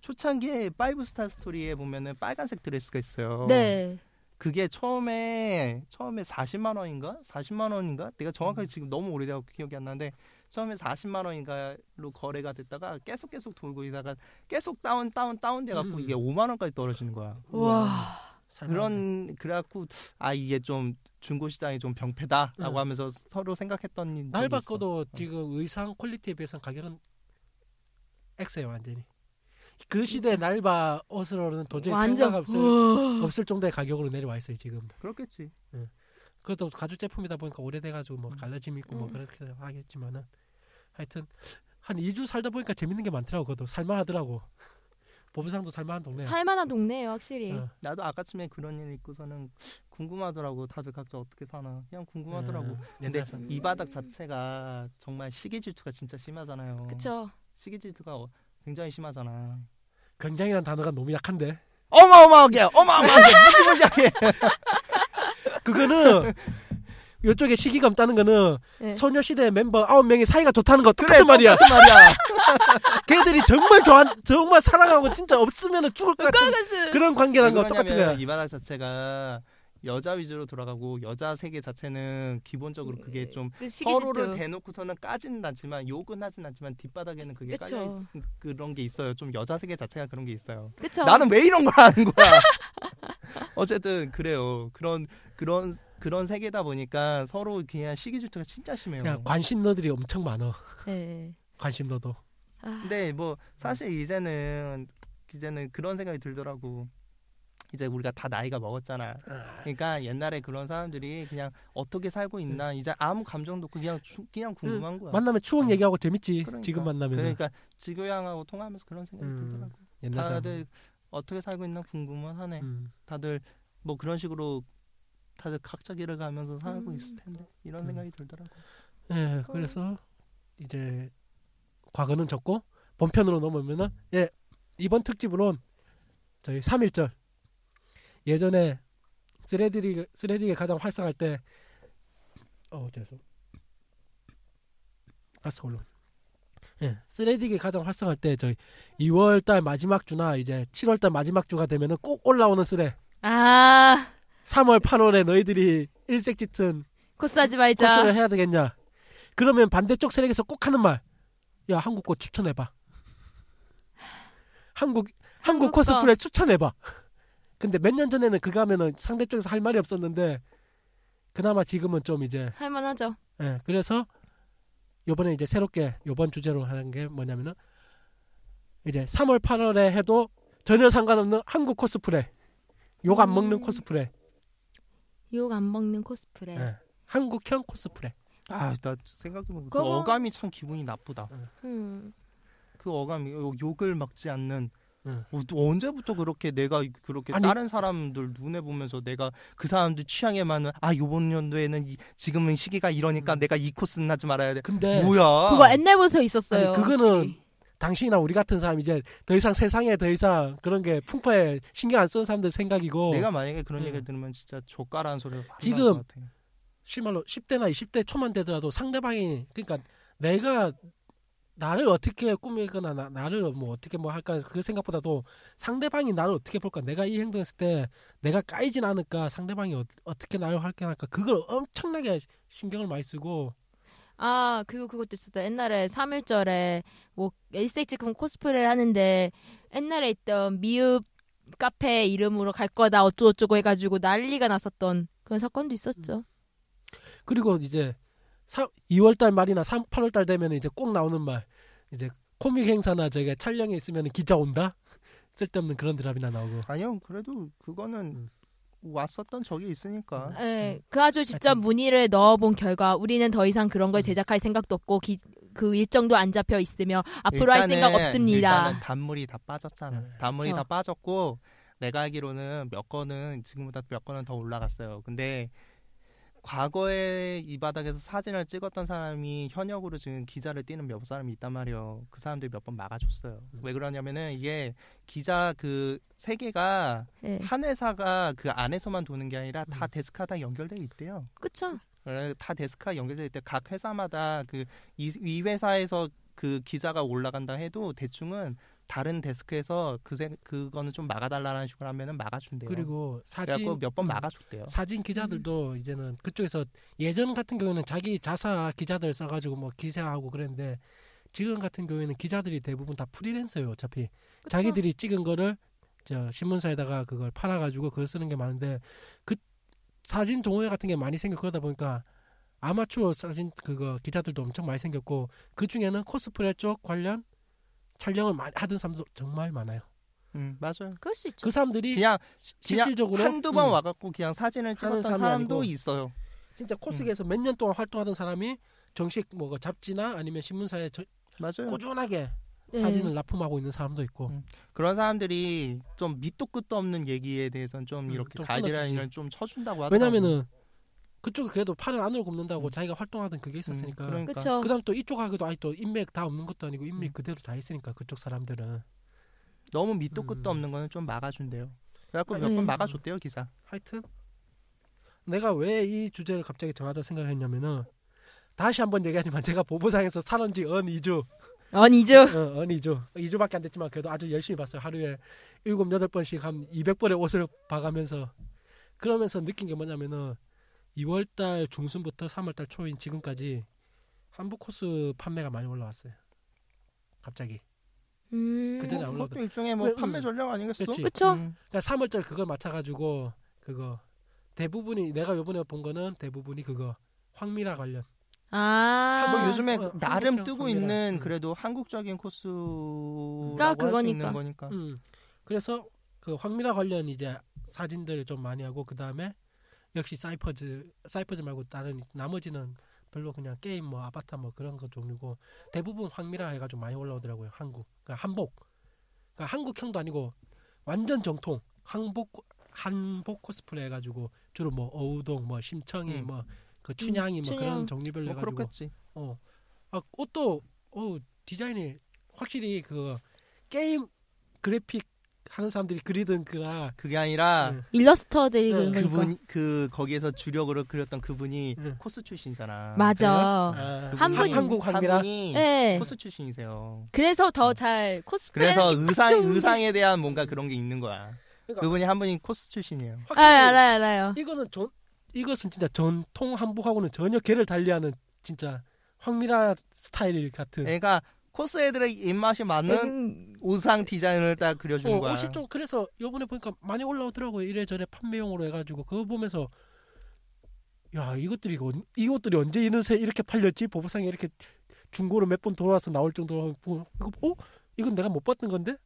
Speaker 3: 초창기에 파이브 스타 스토리에 보면은 빨간색 드레스가 있어요.
Speaker 2: 네.
Speaker 3: 그게 처음에 처음에 40만 원인가 40만 원인가 내가 정확하게 지금 너무 오래돼서 기억이 안 나는데 처음에 40만 원인가로 거래가 됐다가 계속 계속 돌고 있다가 계속 다운 다운 다운 돼갖고
Speaker 1: 음. 아,
Speaker 3: 이게 5만 원까지 떨어지는 거야.
Speaker 2: 와.
Speaker 3: 그런 그래갖고 아 이게 좀 중고 시장이 좀 병폐다라고
Speaker 1: 음.
Speaker 3: 하면서 서로 생각했던 적이
Speaker 1: 날
Speaker 3: 있어.
Speaker 1: 바꿔도 지금 의상 퀄리티에 비해서 가격은 X예요 완전히. 그 시대 날바 옷으로는 도저히 생각 없을
Speaker 2: 음. 우와.
Speaker 1: 없을 정도의 가격으로 내려와 있어요 지금.
Speaker 3: 그렇겠지.
Speaker 1: 그것도 가죽 제품이다 보니까 오래돼가지고 뭐 갈라짐 있고 뭐
Speaker 2: 음.
Speaker 1: 그렇게 하겠지만은 하여튼 한 2주 살다 보니까 재밌는 게 많더라고 그것도 살만하더라고. [laughs] 보부상도 살만한 동네.
Speaker 2: 살만한 동네예요, 확실히.
Speaker 1: 어.
Speaker 3: 나도 아까쯤에 그런 일 있고서는 궁금하더라고. 다들 각자 어떻게 사나. 그냥 궁금하더라고.
Speaker 1: 음,
Speaker 3: 근데
Speaker 1: 옛날 사람.
Speaker 3: 이 바닥 자체가 정말 시기 질투가 진짜 심하잖아요.
Speaker 2: 그쵸.
Speaker 3: 시기 질투가 어- 굉장히 심하잖아.
Speaker 1: 굉장이란 단어가 너무 [laughs] 약한데.
Speaker 3: 어마어마하게 어마어마하게 무지무지하게.
Speaker 1: [laughs] 그거는 이쪽에 시기감 따는 거는
Speaker 2: 네.
Speaker 1: 소녀시대 멤버 9명이 사이가 좋다는 거 똑같은
Speaker 3: 그래
Speaker 1: 말이야.
Speaker 3: 똑같이 말이야.
Speaker 1: [laughs] 걔들이 정말 좋아 정말 사랑하고 진짜 없으면 죽을 것 같은 그런 관계란 거 똑같은 거야.
Speaker 3: 왜냐면 이 바닥 자체가 여자 위주로 돌아가고 여자 세계 자체는 기본적으로 그게 좀
Speaker 2: 그 시기
Speaker 3: 서로를
Speaker 2: 질투.
Speaker 3: 대놓고서는 까지는 않지만 욕은 하진 않지만 뒷바닥에는 그게 깔려
Speaker 2: 그쵸.
Speaker 3: 그런 게 있어요. 좀 여자 세계 자체가 그런 게 있어요.
Speaker 2: 그쵸.
Speaker 3: 나는 왜 이런 걸 하는 거야? [laughs] 어쨌든 그래요. 그런 그런 그런 세계다 보니까 서로 그냥 시기 질투가 진짜 심해요.
Speaker 1: 그냥 관심너들이 엄청 많어.
Speaker 2: 네.
Speaker 1: 관심너도.
Speaker 2: 아,
Speaker 3: 근데 뭐 사실 이제는 이제는 그런 생각이 들더라고. 이제 우리가 다 나이가 먹었잖아. 그러니까 옛날에 그런 사람들이 그냥 어떻게 살고 있나
Speaker 1: 음.
Speaker 3: 이제 아무 감정도 없고 그냥 주- 그냥 궁금한 거야.
Speaker 1: 만나면 추억 얘기하고 재밌지.
Speaker 3: 아, 그러니까.
Speaker 1: 지금 만나면 은
Speaker 3: 그러니까 지교 양하고 통화하면서 그런 생각이
Speaker 1: 음,
Speaker 3: 들더라고.
Speaker 1: 옛날 사람.
Speaker 3: 다들 어떻게 살고 있나 궁금은 하네.
Speaker 1: 음.
Speaker 3: 다들 뭐 그런 식으로 다들 각자 길을 가면서 살고
Speaker 2: 음.
Speaker 3: 있을 텐데 이런
Speaker 1: 음.
Speaker 3: 생각이 들더라고.
Speaker 1: 예, 그래서 이제 과거는 적고 본편으로 넘어오면은 예 이번 특집으론 저희 3일절 예전에 쓰레디리 쓰레디가 가장 활성할 때 어, 죄송 가스 콜론 예, 쓰레디가 가장 활성할 때 저희 2월 달 마지막 주나 이제 7월 달 마지막 주가 되면은 꼭 올라오는 쓰레
Speaker 2: 아
Speaker 1: 3월 8월에 너희들이 일색 짙은
Speaker 2: 코스하지 말자.
Speaker 1: 코스를 해야 되겠냐? 그러면 반대쪽 세력에서 꼭 하는 말. 야 한국 거 추천해봐. 한국 한국
Speaker 2: 한국
Speaker 1: 코스프레 추천해봐. [laughs] 근데 몇 년 전에는 그거 하면은 상대 쪽에서 할 말이 없었는데 그나마 지금은 좀 이제
Speaker 2: 할만하죠.
Speaker 1: 예, 그래서 요번에 이제 새롭게 요번 주제로 하는 게 뭐냐면은 이제 3월 8월에 해도 전혀 상관없는 한국 코스프레 욕 안 먹는
Speaker 2: 음.
Speaker 1: 코스프레
Speaker 2: 욕 안 먹는 코스프레.
Speaker 1: 예, 한국형 코스프레
Speaker 3: 아 나 생각해보면 그
Speaker 2: 그거-
Speaker 1: 음.
Speaker 3: 어감이 참 기분이 나쁘다.
Speaker 2: 음.
Speaker 3: 그 어감이 어, 욕을 막지 않는
Speaker 1: 응.
Speaker 3: 어, 또 언제부터 그렇게 내가 그렇게
Speaker 1: 음. 아니-
Speaker 3: 다른 사람들 눈에 보면서 내가 그 사람들 취향에 맞는 아 요번 연도에는 이- 지금은 시기가
Speaker 1: 음.
Speaker 3: 이러니까 내가 이 코스는 하지 말아야 돼
Speaker 1: 근데
Speaker 3: 뭐야
Speaker 2: 그거 옛날부터 있었어요.
Speaker 1: 아니, 그거는
Speaker 2: 확실히.
Speaker 1: 당신이나 우리 같은 사람 이제 더 이상 세상에 더 이상 그런 게 풍파에 신경 안 쓰는 사람들 생각이고
Speaker 3: 어. 내가 만약에 그런
Speaker 1: 응.
Speaker 3: 얘기를 들으면 진짜 조까라는 소리를
Speaker 1: 음.
Speaker 3: 많이
Speaker 1: 지금
Speaker 3: 할것 같아요.
Speaker 1: 실말로 10대나 20대 초만 되더라도 상대방이 그러니까 내가 나를 어떻게 꾸미거나 나, 나를 뭐 어떻게 뭐 할까 그 생각보다도 상대방이 나를 어떻게 볼까 내가 이 행동했을 때 내가 까이진 않을까 상대방이 어, 떻게 나를 활용할까 그걸 엄청나게 신경을 많이 쓰고
Speaker 2: 아, 그거 그것도 있었다. 옛날에 3일절에 뭐 일색지금 코스프레 하는데 옛날에 있던 미흡 카페 이름으로 갈 거다 어쩌고저쩌고 해가지고 난리가 났었던 그런 사건도 있었죠.
Speaker 1: 그리고 이제 2월달 말이나 3, 8월달 되면 이제 꼭 나오는 말 이제 코믹 행사나 저게 촬영에 있으면 기자 온다 [laughs] 쓸데없는 그런 드랍이나 나오고
Speaker 3: 아니요 그래도 그거는
Speaker 1: 음.
Speaker 3: 왔었던 적이 있으니까
Speaker 2: 예, 그 아주 직접
Speaker 1: 하여튼.
Speaker 2: 문의를 넣어본 결과 우리는 더 이상 그런 걸
Speaker 1: 음.
Speaker 2: 제작할 생각도 없고 기- 그 일정도 안 잡혀 있으며 앞으로 할 생각
Speaker 3: 일단은
Speaker 2: 없습니다.
Speaker 3: 단물이 다 빠졌잖아.
Speaker 1: 네.
Speaker 3: 단물이
Speaker 2: 그쵸.
Speaker 3: 다 빠졌고 내가 알기로는 몇 건은 지금보다 몇 건은 더 올라갔어요. 근데 과거에 이 바닥에서 사진을 찍었던 사람이 현역으로 지금 기자를 뛰는 몇 사람이 있단 말이에요. 그 사람들이 몇 번 막아줬어요.
Speaker 1: 음.
Speaker 3: 왜 그러냐면은 이게 기자 그 세계가
Speaker 2: 예,
Speaker 3: 한 회사가 그 안에서만 도는 게 아니라 다
Speaker 1: 음.
Speaker 3: 데스크가 다 연결돼 있대요.
Speaker 2: 그쵸?
Speaker 3: 원래 다 데스크가 연결될 때 각 회사마다 그 이 회사에서 그 기자가 올라간다 해도 대충은 다른 데스크에서 그 세- 그거는 좀 막아달라는 식으로 하면은 막아준대요.
Speaker 1: 그리고 사진
Speaker 3: 그래갖고 몇 번
Speaker 1: 음.
Speaker 3: 막아줬대요. 음.
Speaker 1: 사진 기자들도 이제는 그쪽에서 예전 같은 경우에는 자기 자사 기자들 써가지고 뭐 기사하고 그랬는데 지금 같은 경우에는 기자들이 대부분 다 프리랜서예요 어차피
Speaker 2: 그쵸?
Speaker 1: 자기들이 찍은 거를 저 신문사에다가 그걸 팔아가지고 그걸 쓰는 게 많은데 그 사진 동호회 같은 게 많이 생겨 그러다 보니까 아마추어 사진 그거 기자들도 엄청 많이 생겼고 그 중에는 코스프레 쪽 관련 촬영을 많이 하던 사람도 정말 많아요
Speaker 3: 음, 맞아요.
Speaker 2: 그럴 수 있죠.
Speaker 1: 그 사람들이
Speaker 3: 그냥 그냥
Speaker 1: 실질적으로
Speaker 3: 한두 번
Speaker 1: 음.
Speaker 3: 와갖고 그냥 사진을 찍었던
Speaker 1: 사람이
Speaker 3: 사람도
Speaker 1: 아니고.
Speaker 3: 있어요.
Speaker 1: 진짜
Speaker 3: 음.
Speaker 1: 코스계에서 몇 년 동안 활동하던 사람이 정식 뭐 잡지나 아니면 신문사에 저-
Speaker 3: 맞아요.
Speaker 1: 꾸준하게
Speaker 2: 예.
Speaker 1: 그 사진을 납품하고 있는 사람도 있고
Speaker 3: 네. 음, 그런 사람들이 좀 밑도 끝도 없는 얘기에 대해서는 좀
Speaker 1: 음,
Speaker 3: 이렇게
Speaker 1: 좀
Speaker 3: 가이드라인을 좀 쳐준다고 하더라고요.
Speaker 1: 왜냐면은 그쪽이 그래도 팔은 안으로 굽는다고
Speaker 3: 음.
Speaker 1: 자기가 활동하던 그게 있었으니까
Speaker 3: 음,
Speaker 1: 그
Speaker 3: 그러니까.
Speaker 2: 그쵸?
Speaker 1: 다음또 이쪽 하기도 아니 또 인맥 다 없는 것도 아니고 인맥
Speaker 3: 음.
Speaker 1: 그대로 다 있으니까 그쪽 사람들은
Speaker 3: 너무 밑도 끝도
Speaker 1: 음.
Speaker 3: 없는 거는 좀 막아준대요. 그래갖고
Speaker 1: 아,
Speaker 3: 몇 번
Speaker 2: 네.
Speaker 3: 막아줬대요 기사.
Speaker 1: 하여튼 내가 왜 이 주제를 갑자기 정하자 생각했냐면은 다시 한번 얘기하지만 [laughs] 제가 보부상에서 살은 지언 2주
Speaker 2: 아니죠.
Speaker 1: 어, 언 2주. 2주밖에 안 됐지만 그래도 아주 열심히 봤어요. 하루에 7, 8번씩 한 200벌의 옷을 봐가면서 그러면서 느낀 게 뭐냐면은 2월 달 중순부터 3월 달 초인 지금까지 한복 코스 판매가 많이 올라왔어요. 갑자기.
Speaker 2: 음,
Speaker 1: 그 전에- 안 올라오던-
Speaker 3: 그것도 일종의 뭐
Speaker 1: 왜, 음.
Speaker 3: 판매 전략 아니겠어?
Speaker 1: 그치.
Speaker 2: 그쵸?
Speaker 3: 음.
Speaker 1: 그러니까 3월 달 그걸 맞춰 가지고 그거 대부분이 내가 요번에 본 거는 대부분이 그거 황미라 관련.
Speaker 2: 아,
Speaker 3: 뭐
Speaker 1: 아,
Speaker 3: 요즘에
Speaker 1: 어,
Speaker 3: 나름
Speaker 1: 한국적
Speaker 3: 뜨고
Speaker 1: 판매라.
Speaker 3: 있는
Speaker 1: 음.
Speaker 3: 그래도 한국적인 코스라고
Speaker 2: 아,
Speaker 3: 할 수
Speaker 2: 그거니까.
Speaker 3: 있는 거니까.
Speaker 1: 음. 그래서 그 황미라 관련 이제 사진들을 좀 많이 하고 그 다음에 역시 사이퍼즈 사이퍼즈 말고 다른 나머지는 별로 그냥 게임 뭐 아바타 뭐 그런 거 종류고 대부분 황미라 해가지고 많이 올라오더라고요 한국 그러니까 한복 그러니까 한국형도 아니고 완전 정통 한복 한복 코스프레 해가지고 주로 뭐 어우동 뭐 심청이
Speaker 3: 음.
Speaker 1: 뭐 그 춘향이 뭐
Speaker 2: 춘향.
Speaker 1: 그런 종류별로
Speaker 3: 뭐
Speaker 1: 해가지고
Speaker 3: 그렇겠지.
Speaker 1: 어. 아, 옷도 어, 디자인이 확실히 그 게임 그래픽 하는 사람들이 그리던 그라
Speaker 3: 그게 아니라
Speaker 1: 네.
Speaker 2: 일러스터들이
Speaker 1: 네,
Speaker 2: 그런 거니까.
Speaker 3: 그분 그 거기에서 주력으로 그렸던 그분이
Speaker 1: 네.
Speaker 3: 코스 출신이잖아. 아,
Speaker 2: 맞아.
Speaker 1: 아,
Speaker 3: 그분이-
Speaker 2: 어. 한 분이-
Speaker 1: 한국 황미라
Speaker 3: 이
Speaker 2: 네.
Speaker 3: 코스 출신이세요.
Speaker 2: 그래서 더 잘 코스프레.
Speaker 3: 그래서 의상
Speaker 2: 좀-
Speaker 3: 의상에 대한 뭔가 그런 게 있는 거야.
Speaker 1: 음. 그러니까- 음.
Speaker 3: 그분이 한 분이 코스 출신이에요.
Speaker 2: 아, 알아요, 알아요.
Speaker 1: 이거는 전 이것은 진짜 전통 한복하고는 전혀 결을 달리하는 진짜 황미라 스타일 같은
Speaker 3: 그러니까 코스 애들의 입맛이 맞는
Speaker 2: 음,
Speaker 3: 의상 디자인을 딱 그려주는
Speaker 1: 어,
Speaker 3: 거야.
Speaker 1: 옷이 좀 그래서 요번에 보니까 많이 올라오더라고요 이래저래 판매용으로 해가지고 그거 보면서 야 이것들이 이거 언- 이것들이 언제 이런새 이렇게 팔렸지 보부상에 이렇게 중고로 몇 번 돌아와서 나올 정도로 보- 이거 어 이건 내가 못 봤던 건데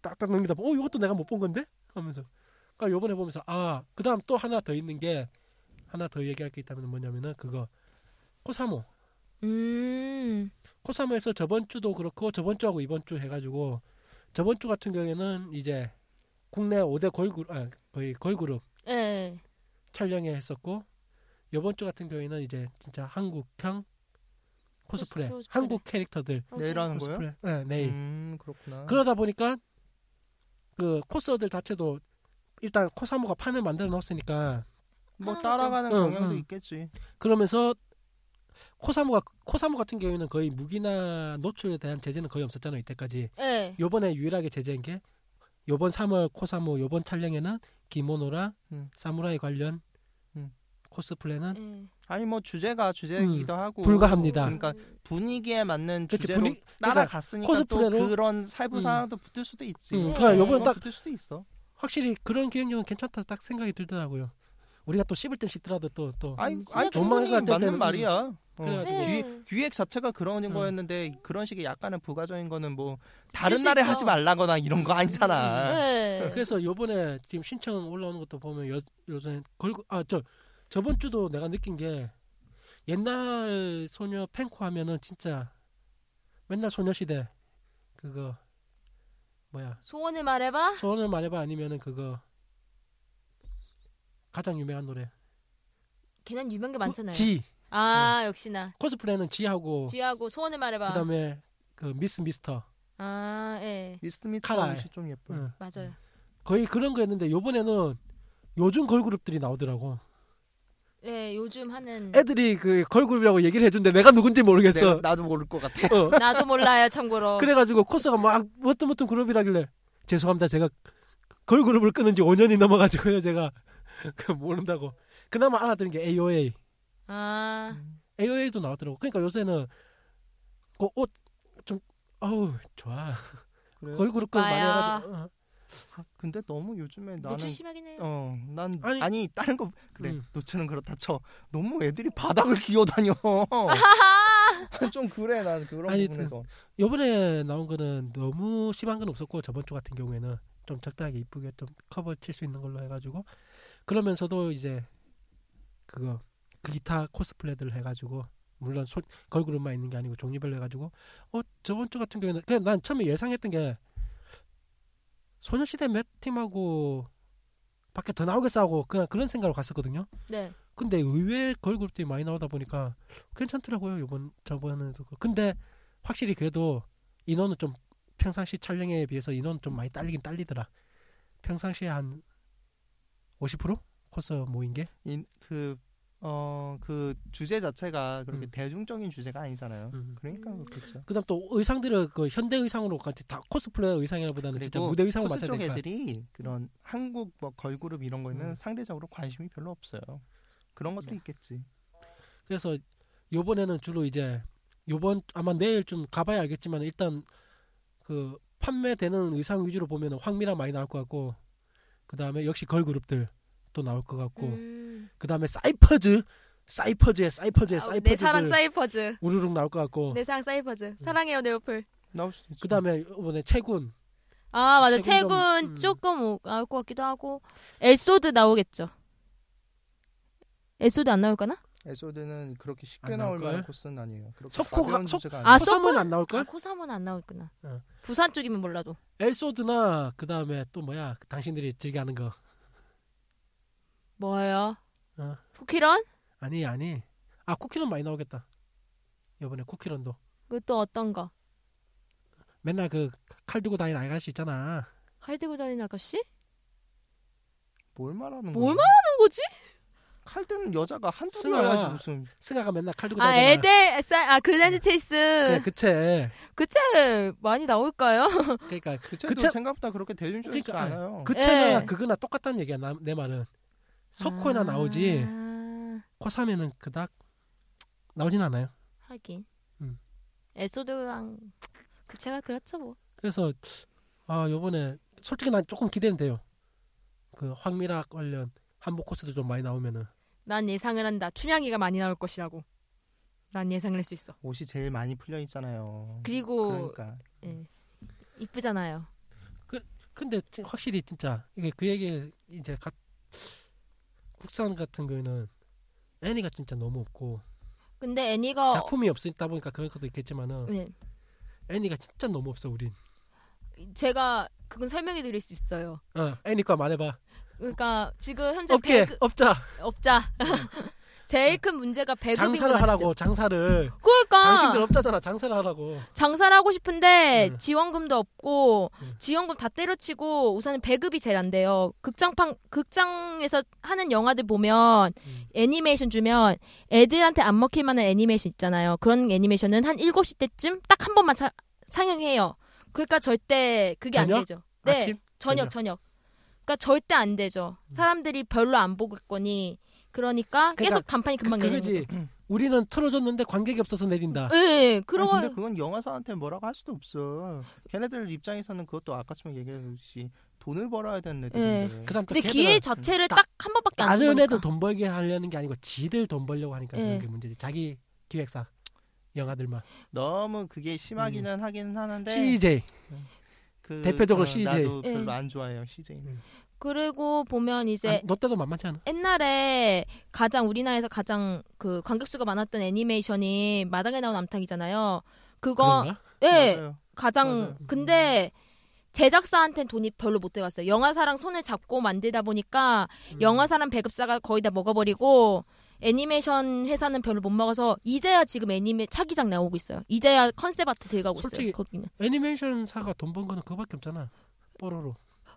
Speaker 1: 딱딱 넘기다 보면, 어 이것도 내가 못 본 건데 하면서 그러니까 요번에 보면서 아 그다음 또 하나 더 있는 게 하나 더 얘기할 게 있다면 뭐냐면은 그거 코사모
Speaker 2: 음.
Speaker 1: 코사무에서 저번 주도 그렇고 저번 주하고 이번 주 해가지고 저번 주 같은 경우에는 이제 국내 5대 걸그룹 아, 거의 걸그룹
Speaker 2: 예.
Speaker 1: 촬영회 했었고 이번 주 같은 경우에는 이제 진짜 한국형 코스프레,
Speaker 2: 코스프레.
Speaker 1: 한국 캐릭터들
Speaker 3: 내일 하는 거예요?
Speaker 1: 코스프레 네, 내일
Speaker 3: 음 그렇구나.
Speaker 1: 그러다 보니까 그 코스어들 자체도 일단 코사무가 판을 만들어 놓았으니까
Speaker 3: 뭐
Speaker 2: 하는
Speaker 3: 따라가는
Speaker 1: 거죠.
Speaker 3: 경향도
Speaker 1: 응, 응.
Speaker 3: 있겠지.
Speaker 1: 그러면서 코사무가 코사무 같은 경우에는 거의 무기나 노출에 대한 제재는 거의 없었잖아요 이때까지
Speaker 2: 예.
Speaker 1: 요번에 유일하게 제재인 게 요번 3월 코사무 요번 촬영에는 기모노라
Speaker 3: 음.
Speaker 1: 사무라이 관련
Speaker 3: 음.
Speaker 1: 코스프레는
Speaker 2: 예.
Speaker 3: 아니 뭐 주제가 주제이기도 하고
Speaker 1: 불가합니다.
Speaker 3: 그러니까 분위기에 맞는
Speaker 1: 그치,
Speaker 3: 주제로
Speaker 1: 분위- 그러니까
Speaker 3: 따라갔으니까
Speaker 1: 코스프레로?
Speaker 3: 또 그런 살부 사항도 붙을 수도 있지.
Speaker 1: 음,
Speaker 2: 그냥 요번엔
Speaker 3: 그건
Speaker 1: 딱- 음,
Speaker 3: 붙을 수도 있어.
Speaker 1: 확실히 그런 기획력은 괜찮다 딱 생각이 들더라고요. 우리가 또 씹을 땐 씹더라도 또또
Speaker 3: 아니,
Speaker 2: 진짜
Speaker 3: 아니
Speaker 1: 정말
Speaker 3: 충분히
Speaker 1: 같을 때는
Speaker 3: 맞는 말이야. 어.
Speaker 1: 그래가지고.
Speaker 2: 네.
Speaker 3: 기, 획 자체가 그런
Speaker 1: 음.
Speaker 3: 거였는데 그런 식의 약간의 부가적인 거는 뭐 다른
Speaker 2: 수
Speaker 3: 날에
Speaker 2: 있죠.
Speaker 3: 하지 말라거나 이런 거 아니잖아. 네.
Speaker 2: 예.
Speaker 1: 그래서 요번에 지금 신청 올라오는 것도 보면 요, 요새 걸고 아 저 저번 주도 내가 느낀 게 옛날 소녀 팬코 하면은 진짜 맨날 소녀시대 그거 뭐야
Speaker 2: 소원을 말해봐.
Speaker 1: 소원을 말해봐 아니면은 그거 가장 유명한 노래
Speaker 2: 걔는 유명한 게 많잖아요.
Speaker 1: 지
Speaker 2: 아 역시나
Speaker 1: 코스프레는 지하고
Speaker 2: 쥐하고 소원을 말해봐.
Speaker 1: 그다음에 그 미스 미스터
Speaker 2: 아 예.
Speaker 3: 미스트 미스터
Speaker 1: 카라에.
Speaker 3: 옷이 좀 예뻐. 요
Speaker 1: 응.
Speaker 2: 맞아요.
Speaker 1: 거의 그런 거였는데 요번에는 요즘 걸그룹들이 나오더라고 음.
Speaker 2: 예 요즘 하는
Speaker 1: 애들이 그 걸그룹이라고 얘기를 해준데 내가 누군지 모르겠어
Speaker 3: 내가, 나도 모를 것 같아.
Speaker 1: 어.
Speaker 2: 나도 몰라요
Speaker 1: [laughs]
Speaker 2: 참고로.
Speaker 1: 그래가지고 코스가 막 어떤 어떤 그룹이라길래 죄송합니다 제가 걸그룹을 끊은 지 5년이 넘어가지고요 제가 [laughs] 그 모른다고 그나마 알아들은 게 AOA
Speaker 2: 아
Speaker 1: AOA도 나왔더라고 그러니까 요새는 그 옷 좀 어우 좋아 [laughs]
Speaker 3: 그래요?
Speaker 1: 걸그룹 끊 많이
Speaker 2: 이뻐요.
Speaker 1: 해가지고 어.
Speaker 3: 근데 너무 요즘에 음, 나는
Speaker 2: 노출 심하긴 해요.
Speaker 3: 어, 난 아니,
Speaker 1: 아니-
Speaker 3: 다른 거 그래
Speaker 1: 음.
Speaker 3: 노출은 그렇다 쳐 너무 애들이 바닥을
Speaker 1: [laughs]
Speaker 3: 기어다녀 좀 그래 난 그런
Speaker 1: 아니,
Speaker 3: 부분에서
Speaker 1: 요번에 나온 거는 너무 심한 건 없었고 저번 주 같은 경우에는 좀 적당하게 이쁘게 좀 커버 칠 수 있는 걸로 해가지고 그러면서도 이제 그거 그 기타 코스프레들 해가지고 물론 소- 걸그룹만 있는 게 아니고 종류별로 해가지고 어 저번 주 같은 경우에는 그냥 난 처음에 예상했던 게 소녀시대 몇 팀하고 밖에 더 나오겠어 하고 그냥 그런 생각으로 갔었거든요.
Speaker 2: 네.
Speaker 1: 근데 의외의 걸그룹들이 많이 나오다 보니까 괜찮더라고요 이번 저번에도 근데 확실히 그래도 인원은 좀 평상시 촬영에 비해서 인원은 좀 많이 딸리긴 딸리더라 평상시에 한 50% 코스 모인 게
Speaker 3: 그, 그어그 주제 자체가 그렇게
Speaker 1: 음.
Speaker 3: 대중적인 주제가 아니잖아요
Speaker 1: 음.
Speaker 3: 그러니까
Speaker 2: 음.
Speaker 3: 그렇겠죠
Speaker 1: 그다음 또 의상들을 그 현대 의상으로 같이 다 코스프레 의상이라보다는 진짜
Speaker 3: 그리고
Speaker 1: 무대 의상을
Speaker 3: 코스
Speaker 1: 맞춰야
Speaker 3: 쪽
Speaker 1: 되니까
Speaker 3: 애들이 그런 한국 뭐 걸그룹 이런 거에는
Speaker 1: 음. 네.
Speaker 3: 상대적으로 관심이 별로 없어요 그런 것도 있겠지
Speaker 1: 그래서 요번에는 주로 이제 요번 아마 내일 좀 가봐야 알겠지만 일단 그 판매되는 의상 위주로 보면 황미라 많이 나올 것 같고 그 다음에 역시 걸그룹들 또 나올 것 같고
Speaker 2: 음.
Speaker 1: 그 다음에 사이퍼즈 사이퍼즈의 네, 사이퍼즈의
Speaker 2: 아, 내 사랑
Speaker 1: 사이퍼즈들 어.
Speaker 2: 사이퍼즈. 네.
Speaker 1: 우르륵 나올 것 같고
Speaker 2: 내 사랑 사이퍼즈. 사랑해요 내 오플.
Speaker 3: 나올 수도 있죠
Speaker 1: 그 다음에 이번에 채군
Speaker 2: 아 맞아
Speaker 1: 최근 좀,
Speaker 2: 최근
Speaker 1: 음.
Speaker 2: 조금 오- 나올 것 같기도 하고 에소드 나오겠죠. 에소드 안 나올까나?
Speaker 3: 에소드는 그렇게 쉽게
Speaker 1: 안
Speaker 3: 나올
Speaker 1: 나올걸?
Speaker 3: 만한 코스는 아니에요 그렇게
Speaker 1: 석호가-
Speaker 3: 가벼운
Speaker 1: 석-
Speaker 3: 주제가
Speaker 2: 아,
Speaker 3: 아니에요
Speaker 1: 코사무는
Speaker 2: 소문?
Speaker 1: 안
Speaker 2: 아,
Speaker 1: 나올걸?
Speaker 2: 코사모는 안 나오겠구나.
Speaker 1: 어.
Speaker 2: 부산 쪽이면 몰라도.
Speaker 1: 엘소드나 그 다음에 또 뭐야 그 당신들이 즐겨하는 거
Speaker 2: 뭐예요?
Speaker 1: 어.
Speaker 2: 쿠키런?
Speaker 1: 아니 아니 아 쿠키런 많이 나오겠다 요번에 쿠키런도
Speaker 2: 그또 어떤 거?
Speaker 1: 맨날 그 칼 들고 다니는 아가씨 있잖아
Speaker 2: 칼 들고 다니는 아가씨?
Speaker 3: 뭘 말하는
Speaker 2: 뭘
Speaker 3: 거야
Speaker 2: 하는 거지?
Speaker 3: 칼 때는 여자가 한둘이어야지
Speaker 1: 승아.
Speaker 3: 무슨
Speaker 1: 승아가 맨날 칼 들고
Speaker 2: 아
Speaker 1: 다니잖아
Speaker 2: 에델 아
Speaker 1: 네.
Speaker 2: 그랜드 체이스
Speaker 1: 그래, 그체
Speaker 2: 그때 많이 나올까요?
Speaker 1: 그러니까
Speaker 3: 그체도
Speaker 1: 그체-
Speaker 3: 생각보다 그렇게 대중적이지
Speaker 1: 그러니까,
Speaker 3: 않아요.
Speaker 1: 그체나
Speaker 2: 예.
Speaker 1: 그거나 똑같다는 얘기야 나- 내 말은 석호에나 나오지
Speaker 2: 아,
Speaker 1: 코삼에는 그닥 나오진 않아요
Speaker 2: 하긴.
Speaker 1: 음.
Speaker 2: 에소드랑 그체가 그렇죠 뭐.
Speaker 1: 그래서 아 요번에 솔직히 난 조금 기대는 돼요 그 황미라 관련 한복 코스도 좀 많이 나오면은
Speaker 2: 난 예상을 한다. 춘향이가 많이 나올 것이라고. 난 예상을 할 수 있어.
Speaker 3: 옷이 제일 많이 풀려 있잖아요.
Speaker 2: 그리고
Speaker 3: 그러니까
Speaker 2: 예. 이쁘잖아요.
Speaker 1: 근데 지- 확실히 진짜 이게 그 얘기 이제 가- 국산 같은 경우에는 애니가 진짜 너무 없고
Speaker 2: 근데 애니가
Speaker 1: 작품이 없었다 보니까 그런 것도 있겠지만은
Speaker 2: 네.
Speaker 1: 애니가 진짜 너무 없어 우린.
Speaker 2: 제가 그건 설명해 드릴 수 있어요.
Speaker 1: 어, 애니과 말해봐.
Speaker 2: 그러니까 지금 현재
Speaker 1: 업계
Speaker 2: 배급
Speaker 1: 업자
Speaker 2: 업자 [laughs] 제일 큰 문제가 배급인 거
Speaker 1: 네. 장사를
Speaker 2: 아시죠?
Speaker 1: 하라고 장사를
Speaker 2: 그러니까
Speaker 1: 당신들 업자잖아 장사를 하라고.
Speaker 2: 장사를 하고 싶은데
Speaker 1: 네.
Speaker 2: 지원금도 없고
Speaker 1: 네.
Speaker 2: 지원금 다 때려치고 우선은 배급이 제일 안 돼요. 극장판 극장에서 하는 영화들 보면
Speaker 1: 음.
Speaker 2: 애니메이션 주면 애들한테 안 먹힐 만한 애니메이션 있잖아요. 그런 애니메이션은 한 7시 때쯤 딱 한 번만 차- 상영해요. 그러니까 절대 그게
Speaker 1: 저녁?
Speaker 2: 안 되죠. 네.
Speaker 1: 아침
Speaker 2: 저녁
Speaker 1: 저녁.
Speaker 2: 저녁. 그러니까 절대 안 되죠. 사람들이 별로 안 보겠거니. 그러니까
Speaker 1: 그러니까
Speaker 2: 계속 간판이 금방 내리는 거죠. 음.
Speaker 1: 그거지. 우리는 틀어줬는데 관객이 없어서 내린다.
Speaker 2: 예, 예.
Speaker 3: 아니,
Speaker 2: 그런
Speaker 3: 근데 그건 영화사한테 뭐라고 할 수도 없어. 걔네들 입장에서는 그것도 아까처럼 얘기했듯이 돈을 벌어야 되는 애들인데.
Speaker 1: 그다음 또
Speaker 2: 근데
Speaker 1: 걔들은
Speaker 2: 기회 자체를
Speaker 1: 다-
Speaker 2: 딱 한 번밖에 안 주는
Speaker 1: 다른
Speaker 2: 거니까.
Speaker 1: 애들 돈 벌게 하려는 게 아니고 지들 돈 벌려고 하니까
Speaker 2: 예.
Speaker 1: 그런 게 문제지. 자기 기획사 영화들만.
Speaker 3: 너무 그게 심하기는 하긴
Speaker 2: 네.
Speaker 3: 하는데
Speaker 1: CJ
Speaker 3: 그,
Speaker 1: 음. 대표적으로
Speaker 3: 어,
Speaker 1: CJ.
Speaker 3: 나도 별로
Speaker 2: 예.
Speaker 3: 안 좋아해요 CJ.
Speaker 2: 그리고 보면 이제
Speaker 1: 아, 너 때도 만만치 않아.
Speaker 2: 옛날에 가장 우리나라에서 가장 그 관객수가 많았던 애니메이션이 마당에 나온 암탉이잖아요. 그거
Speaker 1: 그런가?
Speaker 2: 예
Speaker 3: 맞아요.
Speaker 2: 가장
Speaker 3: 맞아요.
Speaker 2: 근데 제작사한테 돈이 별로 못 들어갔어요. 영화사랑 손을 잡고 만들다 보니까
Speaker 1: 음.
Speaker 2: 영화사랑 배급사가 거의 다 먹어버리고 애니메이션 회사는 별로 못 먹어서 이제야 지금 애니메 차기작 나오고 있어요. 이제야 컨셉 아트 들어가고
Speaker 1: 솔직히-
Speaker 2: 있어요. 거기는
Speaker 1: 애니메이션사가 돈 번 거는 그거밖에 없잖아. 뽀로로.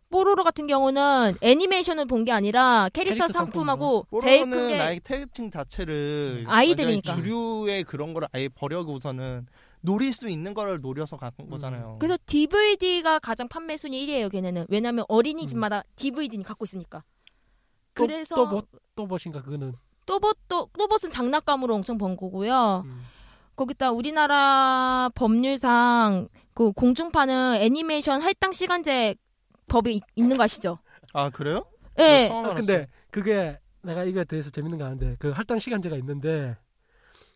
Speaker 2: 뽀로로 같은 경우는 애니메이션을 본 게 아니라 캐릭터,
Speaker 1: 캐릭터
Speaker 2: 상품하고 제일 큰
Speaker 3: 뽀로로는
Speaker 2: 게
Speaker 3: 아예 태극층 자체를
Speaker 2: 아이들이니까.
Speaker 3: 완전히 주류의 그런 걸 아예 버려고서는 노릴 수 있는 거를 노려서 간 거잖아요.
Speaker 2: 음. 그래서 DVD가 가장 판매 순위 1위예요, 걔네는. 왜냐면 어린이집마다 DVD는 갖고 있으니까. 그래서
Speaker 1: 또또 또봇인가 그거는.
Speaker 2: 또봇도 또봇은 장난감으로 엄청 번 거고요.
Speaker 1: 음.
Speaker 2: 거기다 우리나라 법률상 그 공중파는 애니메이션 할당 시간제 법이 있- 있는 거 아시죠?
Speaker 3: 아 그래요?
Speaker 2: 예.
Speaker 3: 처음
Speaker 1: 아,
Speaker 3: 알았어요.
Speaker 1: 근데 그게 내가 이거에 대해서 재밌는 거 아는데 그 할당 시간제가 있는데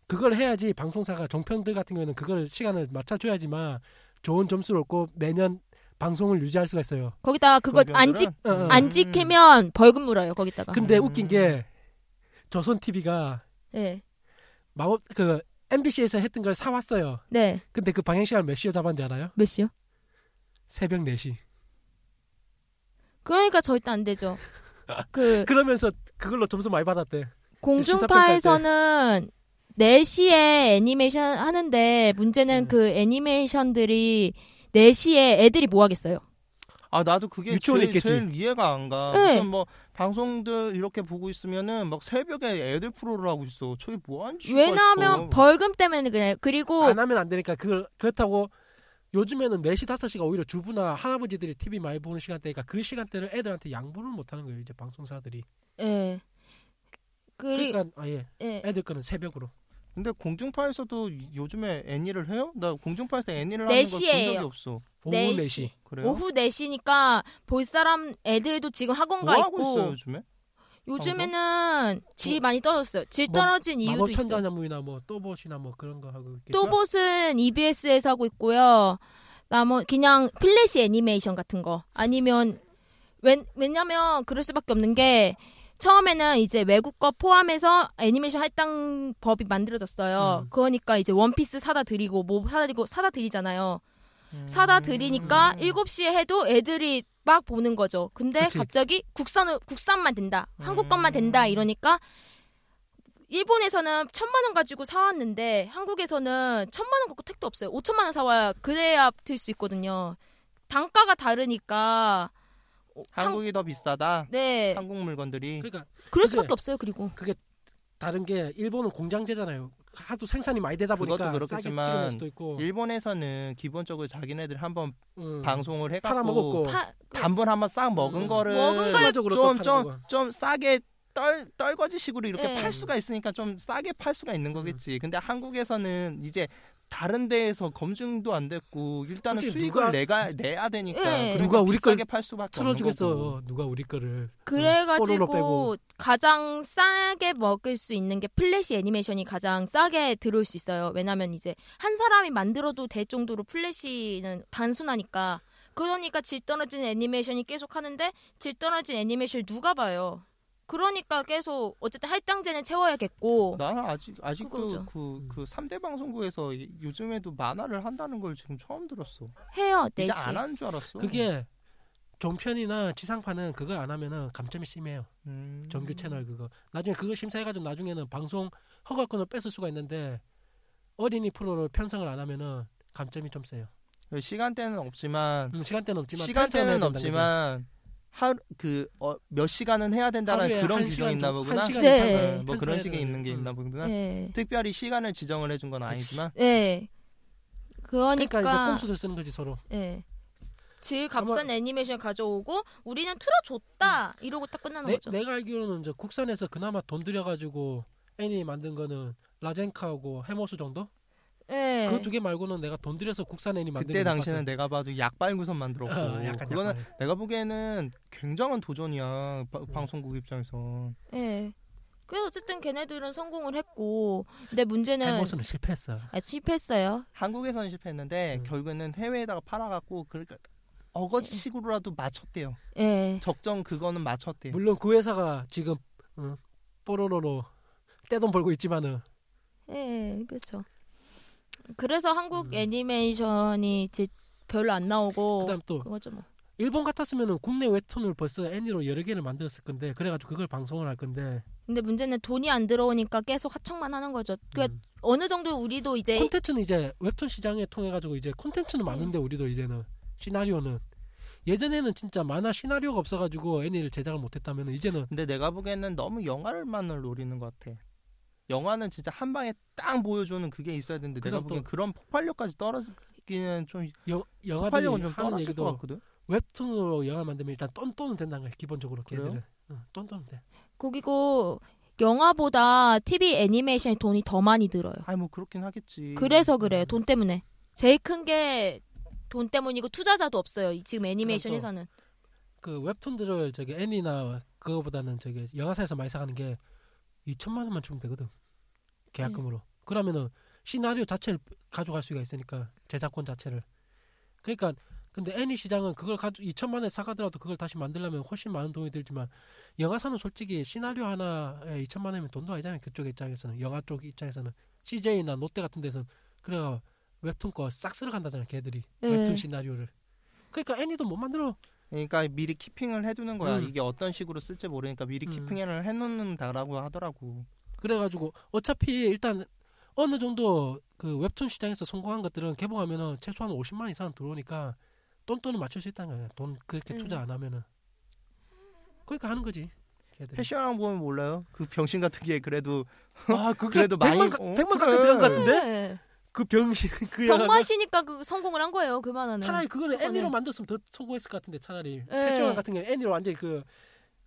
Speaker 1: 그걸 해야지 방송사가 종편들 같은 경우에는 그걸 시간을 맞춰줘야지만 좋은 점수를 얻고 매년 방송을 유지할 수가 있어요.
Speaker 2: 거기다 그거 안,
Speaker 3: 그런
Speaker 2: 지,
Speaker 1: 어, 어.
Speaker 2: 안 지키면 벌금 물어요, 거기다가.
Speaker 1: 근데
Speaker 3: 음.
Speaker 1: 웃긴 게 조선 TV가
Speaker 2: 예.
Speaker 1: 마법 그 MBC에서 했던 걸 사왔어요.
Speaker 2: 네.
Speaker 1: 근데 그 방영 시간 몇 시에 잡았는지 알아요?
Speaker 2: 몇 시요?
Speaker 1: 새벽 4시.
Speaker 2: 그러니까 절대 안 되죠. 그
Speaker 1: 그러면서 그걸로 점수 많이 받았대.
Speaker 2: 공중파에서는 4시에 애니메이션 하는데 문제는
Speaker 1: 네.
Speaker 2: 그 애니메이션들이 4시에 애들이 뭐 하겠어요?
Speaker 3: 아 나도 그게
Speaker 1: 유치원에
Speaker 3: 제일,
Speaker 1: 있겠지.
Speaker 3: 제일 이해가 안 가.
Speaker 2: 네.
Speaker 3: 무슨 뭐 방송들 이렇게 보고 있으면은 막 새벽에 애들 프로를 하고 있어. 저게 뭐 하는 짓이야?
Speaker 2: 왜냐하면
Speaker 3: 싶어.
Speaker 2: 벌금 때문에 그냥 그리고
Speaker 1: 안 하면 안 되니까 그걸 그렇다고 요즘에는 4시 5시가 오히려 주부나 할아버지들이 TV 많이 보는 시간대니까 그 시간대를 애들한테 양보를 못 하는 거예요. 이제 방송사들이.
Speaker 2: 예. 그리
Speaker 1: 그러니까 아예
Speaker 2: 예.
Speaker 1: 애들 거는 새벽으로.
Speaker 3: 근데 공중파에서도 요즘에 애니를 해요? 나 공중파에서 애니를
Speaker 2: 네
Speaker 3: 하는 거 본
Speaker 2: 시에
Speaker 3: 적이
Speaker 2: 해요.
Speaker 3: 없어.
Speaker 1: 오후
Speaker 2: 네
Speaker 1: 4시.
Speaker 2: 시.
Speaker 3: 그래요?
Speaker 2: 오후 4시니까 볼 사람 애들도 지금 학원
Speaker 3: 뭐
Speaker 2: 가
Speaker 3: 하고 있어요
Speaker 2: 있고
Speaker 3: 요즘에?
Speaker 2: 요즘, 에는 질이 많이 떨어졌어요. 질
Speaker 1: 뭐,
Speaker 2: 떨어진 이유도
Speaker 1: 마법
Speaker 2: 있어요.
Speaker 1: 천자나무이나 뭐 또봇이나 뭐 그런 거 하고 있겠죠.
Speaker 2: 또봇은 E EBS에서 하고 있고요. 나머 그냥 플래시 애니메이션 같은 거 아니면 웬, 왜냐면 그럴 수밖에 없는 게 처음에는 이제 외국 거 포함해서 애니메이션 할당 법이 만들어졌어요.
Speaker 1: 음.
Speaker 2: 그러니까 이제 원피스 사다 드리고 뭐 사다 드리고 사다 드리잖아요.
Speaker 3: 음.
Speaker 2: 사다 드리니까 7시에 해도 애들이 막 보는 거죠. 근데
Speaker 1: 그치.
Speaker 2: 갑자기 국산을 국산만 된다. 한국 것만
Speaker 3: 음.
Speaker 2: 된다 이러니까 일본에서는 천만 원 가지고 사왔는데 한국에서는 천만 원 갖고 택도 없어요. 오천만 원 사와야 그래야 들 수 있거든요. 단가가 다르니까 어, 한-
Speaker 3: 한국이 더 비싸다.
Speaker 2: 네
Speaker 3: 한국 물건들이
Speaker 1: 그러니까
Speaker 2: 그럴
Speaker 1: 근데-
Speaker 2: 수밖에 없어요. 그리고
Speaker 1: 다른 게 일본은 공장제잖아요. 하도 생산이 많이 되다
Speaker 3: 그것도
Speaker 1: 보니까 싸게
Speaker 3: 그렇겠지만
Speaker 1: 찍어낼 수도 있고
Speaker 3: 일본에서는 기본적으로 자기네들 한번
Speaker 1: 음.
Speaker 3: 방송을 해갖고
Speaker 1: 팔아먹었고
Speaker 2: 파, 네.
Speaker 3: 단번 한번 싹 먹은
Speaker 1: 음.
Speaker 3: 거를
Speaker 2: 먹은 걸
Speaker 1: 추가적으로 또
Speaker 3: 좀,
Speaker 1: 파는
Speaker 3: 좀,
Speaker 1: 거야.
Speaker 3: 좀 싸게 떨, 떨거지식으로 이렇게
Speaker 2: 네.
Speaker 3: 팔 수가 있으니까 좀 싸게 팔 수가
Speaker 1: 음.
Speaker 3: 있는 거겠지. 근데 한국에서는 이제 다른 데에서 검증도 안 됐고 일단은
Speaker 1: 솔직히
Speaker 3: 수익을
Speaker 1: 누가-
Speaker 3: 내가 내야 되니까
Speaker 2: 네.
Speaker 3: 그러니까
Speaker 1: 누가 우리 걸
Speaker 3: 비싸게 팔 수밖에 없는 거고.
Speaker 1: 틀어주겠어 누가 우리 거를 뽀로로
Speaker 2: 그래가지고
Speaker 1: 빼고.
Speaker 2: 가장 싸게 먹을 수 있는 게 플래시 애니메이션이 가장 싸게 들어올 수 있어요. 왜냐면 이제 한 사람이 만들어도 될 정도로 플래시는 단순하니까. 그러니까 질 떨어진 애니메이션이 계속 하는데 질 떨어진 애니메이션을 누가 봐요? 그러니까 계속 어쨌든 할당제는 채워야겠고
Speaker 3: 나는 아직 아직
Speaker 2: 그거죠.
Speaker 3: 그그
Speaker 1: 음.
Speaker 3: 그 3대 방송국에서 이- 요즘에도 만화를 한다는 걸 지금 처음 들었어.
Speaker 2: 해요.
Speaker 3: 이제
Speaker 2: 넷이.
Speaker 3: 안 하는 줄 알았어.
Speaker 1: 그게 종편이나 지상파는 그걸 안 하면은 감점이 심해요.
Speaker 3: 음.
Speaker 1: 정규 채널 그거. 나중에 그거 심사해가지고 나중에는 방송 허가권을 뺏을 수가 있는데 어린이 프로를 편성을 안 하면은 감점이 좀 세요.
Speaker 3: 시간대는 없지만
Speaker 1: 음, 시간대는 없지만 편성을
Speaker 3: 시간대는
Speaker 1: 해야 된다는 거죠.
Speaker 3: 없지만 하루그몇 시간은 해야 된다는
Speaker 1: 하루에
Speaker 3: 그런
Speaker 1: 한
Speaker 3: 규정이
Speaker 1: 시간
Speaker 3: 있나
Speaker 1: 정-
Speaker 3: 보구나.
Speaker 1: 한 시간
Speaker 2: 네.
Speaker 1: 이상은
Speaker 2: 네,
Speaker 3: 어, 뭐 그런
Speaker 1: 편성해야
Speaker 3: 식의
Speaker 1: 돼요.
Speaker 3: 있는 게 있나 보구나.
Speaker 2: 네.
Speaker 3: 특별히 시간을 지정을 해준 건 아니지만
Speaker 2: 네. 그러니까,
Speaker 1: 그러니까 이제 꼼수들 쓰는 거지 서로.
Speaker 2: 예. 질 값싼 애니메이션 가져오고 우리는 틀어줬다 이러고 딱 끝나는
Speaker 1: 내,
Speaker 2: 거죠.
Speaker 1: 내가 알기로는 이제 국산에서 그나마 돈 들여가지고 애니 만든 거는 라젠카하고 해모수 정도?
Speaker 2: 예.
Speaker 1: 그 두 개 말고는 내가 돈 들여서 국산 애니 만든
Speaker 3: 그때
Speaker 1: 거못
Speaker 3: 당시는 내가 봐도 약발구선 만들었고
Speaker 1: 봤어요. 어, 약간
Speaker 3: 그거는
Speaker 1: 약간.
Speaker 3: 내가 보기에는 굉장한 도전이야 바-
Speaker 1: 음.
Speaker 3: 방송국 입장에서
Speaker 2: 예. 그래서 어쨌든 걔네들은 성공을 했고 근데 문제는
Speaker 1: 해모수는 실패했어.
Speaker 2: 아, 실패했어요.
Speaker 3: 한국에서는 실패했는데
Speaker 1: 음.
Speaker 3: 결국에는 해외에다가 팔아갖고 그러니까 어거지식으로라도 맞췄대요
Speaker 2: 예.
Speaker 3: 적정 그거는 맞췄대요
Speaker 1: 물론 그 회사가 지금 어, 뽀로로로 떼돈 벌고 있지만은
Speaker 2: 예. 그렇죠. 그래서 한국
Speaker 1: 음.
Speaker 2: 애니메이션이 이제 별로 안 나오고
Speaker 1: 그다음 또
Speaker 2: 그거죠 뭐.
Speaker 1: 일본 같았으면은 국내 웹툰을 벌써 애니로 여러 개를 만들었을 건데 그래가지고 그걸 방송을 할 건데
Speaker 2: 근데 문제는 돈이 안 들어오니까 계속 하청만 하는 거죠. 그 네.
Speaker 1: 음.
Speaker 2: 어느 정도 우리도 이제
Speaker 1: 콘텐츠는 이제 웹툰 시장에 통해 가지고 이제 콘텐츠는 많은데 우리도 이제는 시나리오는 예전에는 진짜 만화 시나리오가 없어가지고 애니를 제작을 못했다면 이제는
Speaker 3: 근데 내가 보기에는 너무 영화를만을 노리는 것 같아 영화는 진짜 한 방에 딱 보여주는 그게 있어야 되는데 내가
Speaker 1: 그다음 그러니까 또-
Speaker 3: 보기엔 그런 폭발력까지 떨어지기는 좀
Speaker 1: 여, 영화들이
Speaker 3: 폭발력은 좀
Speaker 1: 하는
Speaker 3: 떨어질 것
Speaker 1: 얘기도
Speaker 3: 같거든
Speaker 1: 웹툰으로 영화 만들면 일단 똔똔은 된다는 거야 기본적으로
Speaker 3: 그래요?
Speaker 1: 걔들은 응, 똔똔은 돼
Speaker 2: 거기고 영화보다 TV 애니메이션에 돈이 더 많이 들어요.
Speaker 1: 음.
Speaker 3: 아니 뭐 그렇긴 하겠지
Speaker 2: 그래서 그래요. 돈 때문에. 제일 큰 게 돈 때문이고 투자자도 없어요. 이- 지금 애니메이션
Speaker 1: 그럼 또-
Speaker 2: 회사는.
Speaker 1: 그 웹툰들을 저기 애니나 그거보다는 저기 영화사에서 많이 사가는 게 2천만 원만 주면 되거든 계약금으로 그러면은 시나리오 자체를 가져갈 수가 있으니까 제작권 자체를 그러니까 근데 애니 시장은 그걸 가져 2천만 원에 사가더라도 그걸 다시 만들려면 훨씬 많은 돈이 들지만 영화사는 솔직히 시나리오 하나에 2천만 원이면 돈도 아니잖아요 그쪽 입장에서는 영화 쪽 입장에서는 CJ나 롯데 같은 데서는 그래가 웹툰 거 싹 쓸어간다잖아 걔들이
Speaker 2: 예.
Speaker 1: 웹툰 시나리오를 그러니까 애니도 못 만들어
Speaker 3: 그러니까 미리 키핑을 해두는 거야.
Speaker 1: 음.
Speaker 3: 이게 어떤 식으로 쓸지 모르니까 미리
Speaker 1: 음.
Speaker 3: 키핑을 해놓는다라고 하더라고.
Speaker 1: 그래가지고 어차피 일단 어느 정도 그 웹툰 시장에서 성공한 것들은 개봉하면은 최소한 50만 이상 들어오니까 돈돈은 맞출 수 있다는 거예요. 돈 그렇게
Speaker 2: 음.
Speaker 1: 투자 안 하면은 그러니까 하는 거지. 걔들이.
Speaker 3: 패션왕 보면 몰라요. 그 병신 같은 게 그래도
Speaker 1: 아 그게
Speaker 3: 그래도
Speaker 1: 100만
Speaker 3: 많이-
Speaker 1: 가,
Speaker 3: 어,
Speaker 1: 100만 가까이
Speaker 3: 그래.
Speaker 1: 들어간 것 같은데
Speaker 2: 네.
Speaker 1: 그 병신 [laughs] 그 영화가
Speaker 2: 병맛이니까 그 성공을 한 거예요. 그만하는.
Speaker 1: 차라리 그거는
Speaker 2: 그거는.
Speaker 1: 애니로 만들었으면 더 성공했을 것 같은데 차라리
Speaker 2: 예.
Speaker 1: 패션 같은 경우 애니로 완전히 그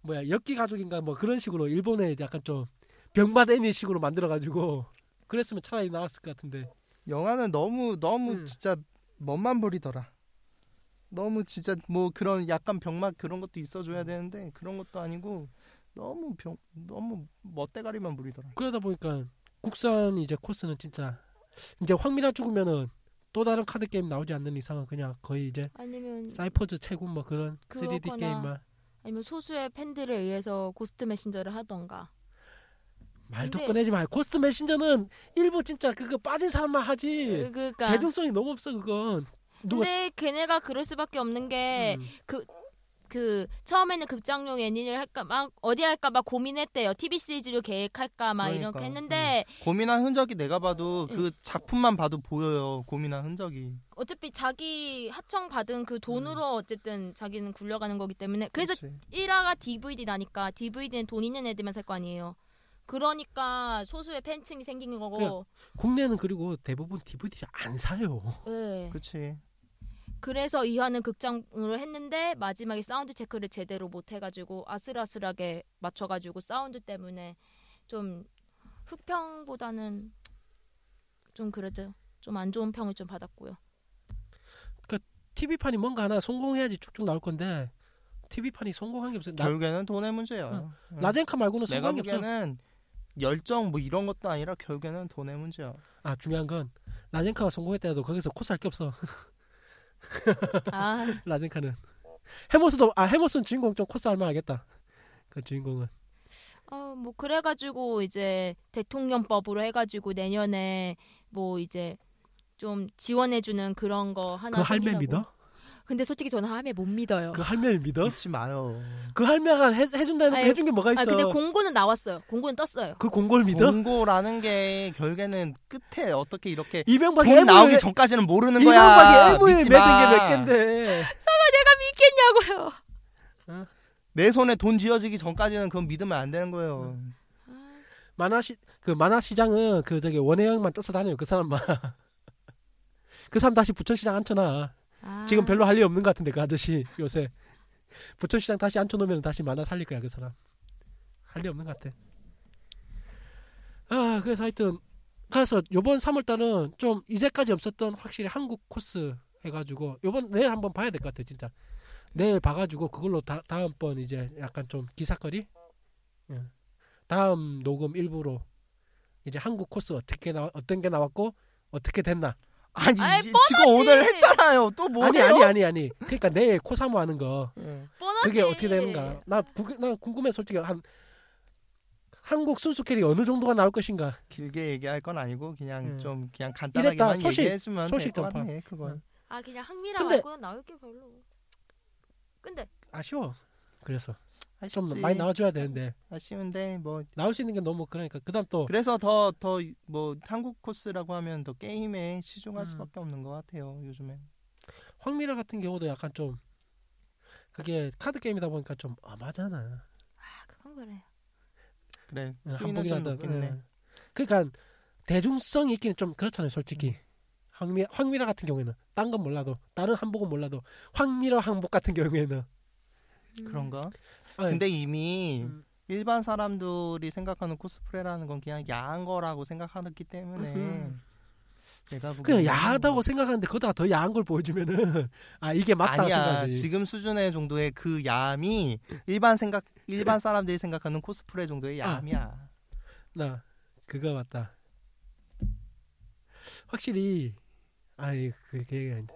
Speaker 1: 뭐야 엽기 가족인가 뭐 그런 식으로 일본의 이제 약간 좀 병맛 애니식으로 만들어가지고 그랬으면 차라리 나왔을 것 같은데
Speaker 4: 영화는 너무 너무
Speaker 1: 음.
Speaker 4: 진짜 멋만 부리더라.
Speaker 3: 너무 진짜 뭐 그런 약간 병맛 그런 것도
Speaker 1: 음.
Speaker 3: 있어줘야 되는데 그런 것도 아니고 너무 병 너무 멋대가리만 부리더라.
Speaker 1: 그러다 보니까 국산 이제 코스는 진짜 이제 황미라 죽으면은 또 다른 카드 게임 나오지 않는 이상은 그냥 거의 이제
Speaker 2: 아니면
Speaker 1: 사이퍼즈 최고 뭐 그런 3D
Speaker 2: 그거나.
Speaker 1: 게임만
Speaker 2: 아니면 소수의 팬들에 의해서 고스트 메신저를 하던가.
Speaker 1: 말도
Speaker 2: 근데-
Speaker 1: 꺼내지 마. 고스트 메신저는 일부 진짜 그거 빠진 사람만 하지.
Speaker 2: 그- 그러니까
Speaker 1: 예. 대중성이 너무 없어 그건. 누가
Speaker 2: 근데 걔네가 그럴 수밖에 없는 게
Speaker 1: 음.
Speaker 2: 그 처음에는 극장용 애니를 할까 막 어디 할까 막 고민했대요. TV 시리즈로 계획할까 막
Speaker 3: 그러니까,
Speaker 2: 이렇게 했는데
Speaker 1: 음.
Speaker 3: 고민한 흔적이 내가 봐도 그 작품만 봐도 보여요. 고민한 흔적이.
Speaker 2: 어차피 자기 하청 받은 그
Speaker 1: 음.
Speaker 2: 돈으로 어쨌든 자기는 굴려가는 거기 때문에 그래서
Speaker 4: 그치.
Speaker 2: 1화가 DVD 나니까 DVD는 돈 있는 애들만 살 거 아니에요. 그러니까 소수의 팬층이 생긴 거고.
Speaker 1: 국내는 그리고 대부분 DVD를 안 사요.
Speaker 2: 예.
Speaker 3: 그렇지.
Speaker 2: 그래서 2화는 극장으로 했는데 마지막에 사운드 체크를 제대로 못 해가지고 아슬아슬하게 맞춰가지고 사운드 때문에 좀 흑평보다는 좀 그래도 좀 안 좋은 평을 좀
Speaker 1: [laughs]
Speaker 2: 받았고요.
Speaker 1: TV 판이 뭔가 하나 성공해야지 쭉쭉 나올 건데 TV 판이 성공한 게 없어요. 나,
Speaker 3: 결국에는 돈의 문제야.
Speaker 1: 응.
Speaker 3: 응.
Speaker 1: 라젠카 말고는
Speaker 3: 내가
Speaker 1: 성공한 게 없어요.
Speaker 3: 보기에는 열정 뭐 이런 것도 아니라 결국에는 돈의 문제야.
Speaker 1: 아 중요한 건 라젠카가 성공했다 해도 거기서 코스 할 게 없어.
Speaker 2: 아
Speaker 1: 라젠카는 해머스도 아 해머스는 주인공 좀 코스 할만하겠다. 그 주인공은
Speaker 2: 어, 뭐 그래가지고 이제 대통령법으로 해가지고 내년에 뭐 이제 좀 지원해주는 그런 거 아, 하나.
Speaker 1: 그 할매
Speaker 2: 생기라고.
Speaker 1: 믿어?
Speaker 2: 근데 솔직히 저는 할매 못 믿어요.
Speaker 1: 그 할매를 믿어?
Speaker 3: 믿지 마요.
Speaker 1: 그 할매가 해, 해준다는 거
Speaker 2: 아유,
Speaker 1: 해준 게 뭐가 있어?
Speaker 2: 아 근데 공고는 나왔어요. 공고는 떴어요.
Speaker 1: 그 공고를 믿어?
Speaker 3: 공고라는 게 결국에는 끝에 어떻게 이렇게
Speaker 1: 이명박이
Speaker 3: 돈 나오기
Speaker 1: 애무에-
Speaker 3: 전까지는 모르는 거야.
Speaker 1: 이명박이 애무에 맺은
Speaker 3: 믿지
Speaker 1: 게몇
Speaker 3: 마.
Speaker 1: 갠데?
Speaker 2: 믿겠냐고요.
Speaker 3: 내 손에 돈 쥐어지기 전까지는 그건 믿으면 안 되는 거예요.
Speaker 1: 만화시 그 만화시장은 그 저기 원혜영만 쫓아다녀요 그 사람만. [laughs] 그 사람 다시 부천시장 앉혀놔.
Speaker 2: 아.
Speaker 1: 지금 별로 할 일 없는 것 같은데 그 아저씨 요새 부천시장 다시 앉혀놓으면 다시 만화 살릴 거야 그 사람. 할 일 없는 것 같아. 아 그래서 하여튼 그래서 요번 3월 달은 좀 이제까지 없었던 확실히 한국 코스 해가지고 요번 내일 한번 봐야 될 것 같아 요 진짜. 내일 봐가지고 그걸로 다, 다음번 이제 약간 좀 기사거리 예. 다음 녹음 일부로 이제 한국 코스 어떻게 나 어떤 게 나왔고 어떻게 됐나
Speaker 3: 아니,
Speaker 2: 아이,
Speaker 3: 이- 지금 오늘 했잖아요. 또 뭐예요?
Speaker 1: 아니 아니 아니 아니 그러니까 내일 코사모 하는 거
Speaker 3: 예.
Speaker 2: 뻔하지.
Speaker 1: 그게 어떻게 되는가 나, 궁금- 나 궁금해 솔직히 한 한국 순수 캐리 어느 정도가 나올 것인가
Speaker 3: 길게 얘기할 건 아니고 그냥
Speaker 1: 음.
Speaker 3: 좀 그냥
Speaker 1: 이랬다,
Speaker 3: 간단하게만
Speaker 1: 소식,
Speaker 3: 얘기해주면
Speaker 1: 소식
Speaker 3: 될것
Speaker 1: 전파.
Speaker 3: 같네 그걸.
Speaker 2: 아 그냥 항미랑
Speaker 1: 근데-
Speaker 2: 말고는 나올 게 별로. 근데
Speaker 1: 아쉬워 그래서 좀
Speaker 3: 아쉽지.
Speaker 1: 많이 나와줘야 되는데
Speaker 3: 아쉬운데 뭐
Speaker 1: 나올 수 있는 게 너무 그러니까 그다음 또
Speaker 3: 그래서 더 더 뭐 한국 코스라고 하면 더 게임에
Speaker 1: 음.
Speaker 3: 치중할 수밖에 없는 것 같아요 요즘에.
Speaker 1: 황미라 같은 경우도 약간 좀 그게 카드 게임이다 보니까 좀 엄하잖아
Speaker 2: 아 그건 그래.
Speaker 3: 그래
Speaker 1: 응,
Speaker 3: 수위는 좀
Speaker 1: 네, 한복이라도
Speaker 3: 높겠네.
Speaker 1: 응. 그러니까 대중성이 있기는 좀 그렇잖아요 솔직히
Speaker 3: 음.
Speaker 1: 황미, 황미라 같은 경우에는 딴 건 몰라도 다른 한복은 몰라도 황미라 한복 같은 경우에는
Speaker 2: 음.
Speaker 3: 그런가?
Speaker 1: 아,
Speaker 3: 근데 이미
Speaker 1: 음.
Speaker 3: 일반 사람들이 생각하는 코스프레라는 건 그냥 야한 거라고 생각하기 때문에
Speaker 1: 음.
Speaker 3: 내가 뭐 보기엔
Speaker 1: 그냥 야하다고 생각하는데 그보다 더 야한 걸 보여주면은 [laughs] 아 이게 맞다
Speaker 3: 아니야
Speaker 1: 생각하지
Speaker 3: 지금 수준의 정도의 그 야함이 일반 생각 일반 사람들이 생각하는 코스프레 정도의
Speaker 1: 아.
Speaker 3: 야함이야.
Speaker 1: 나 그거 맞다 확실히 아이 그게 아닌데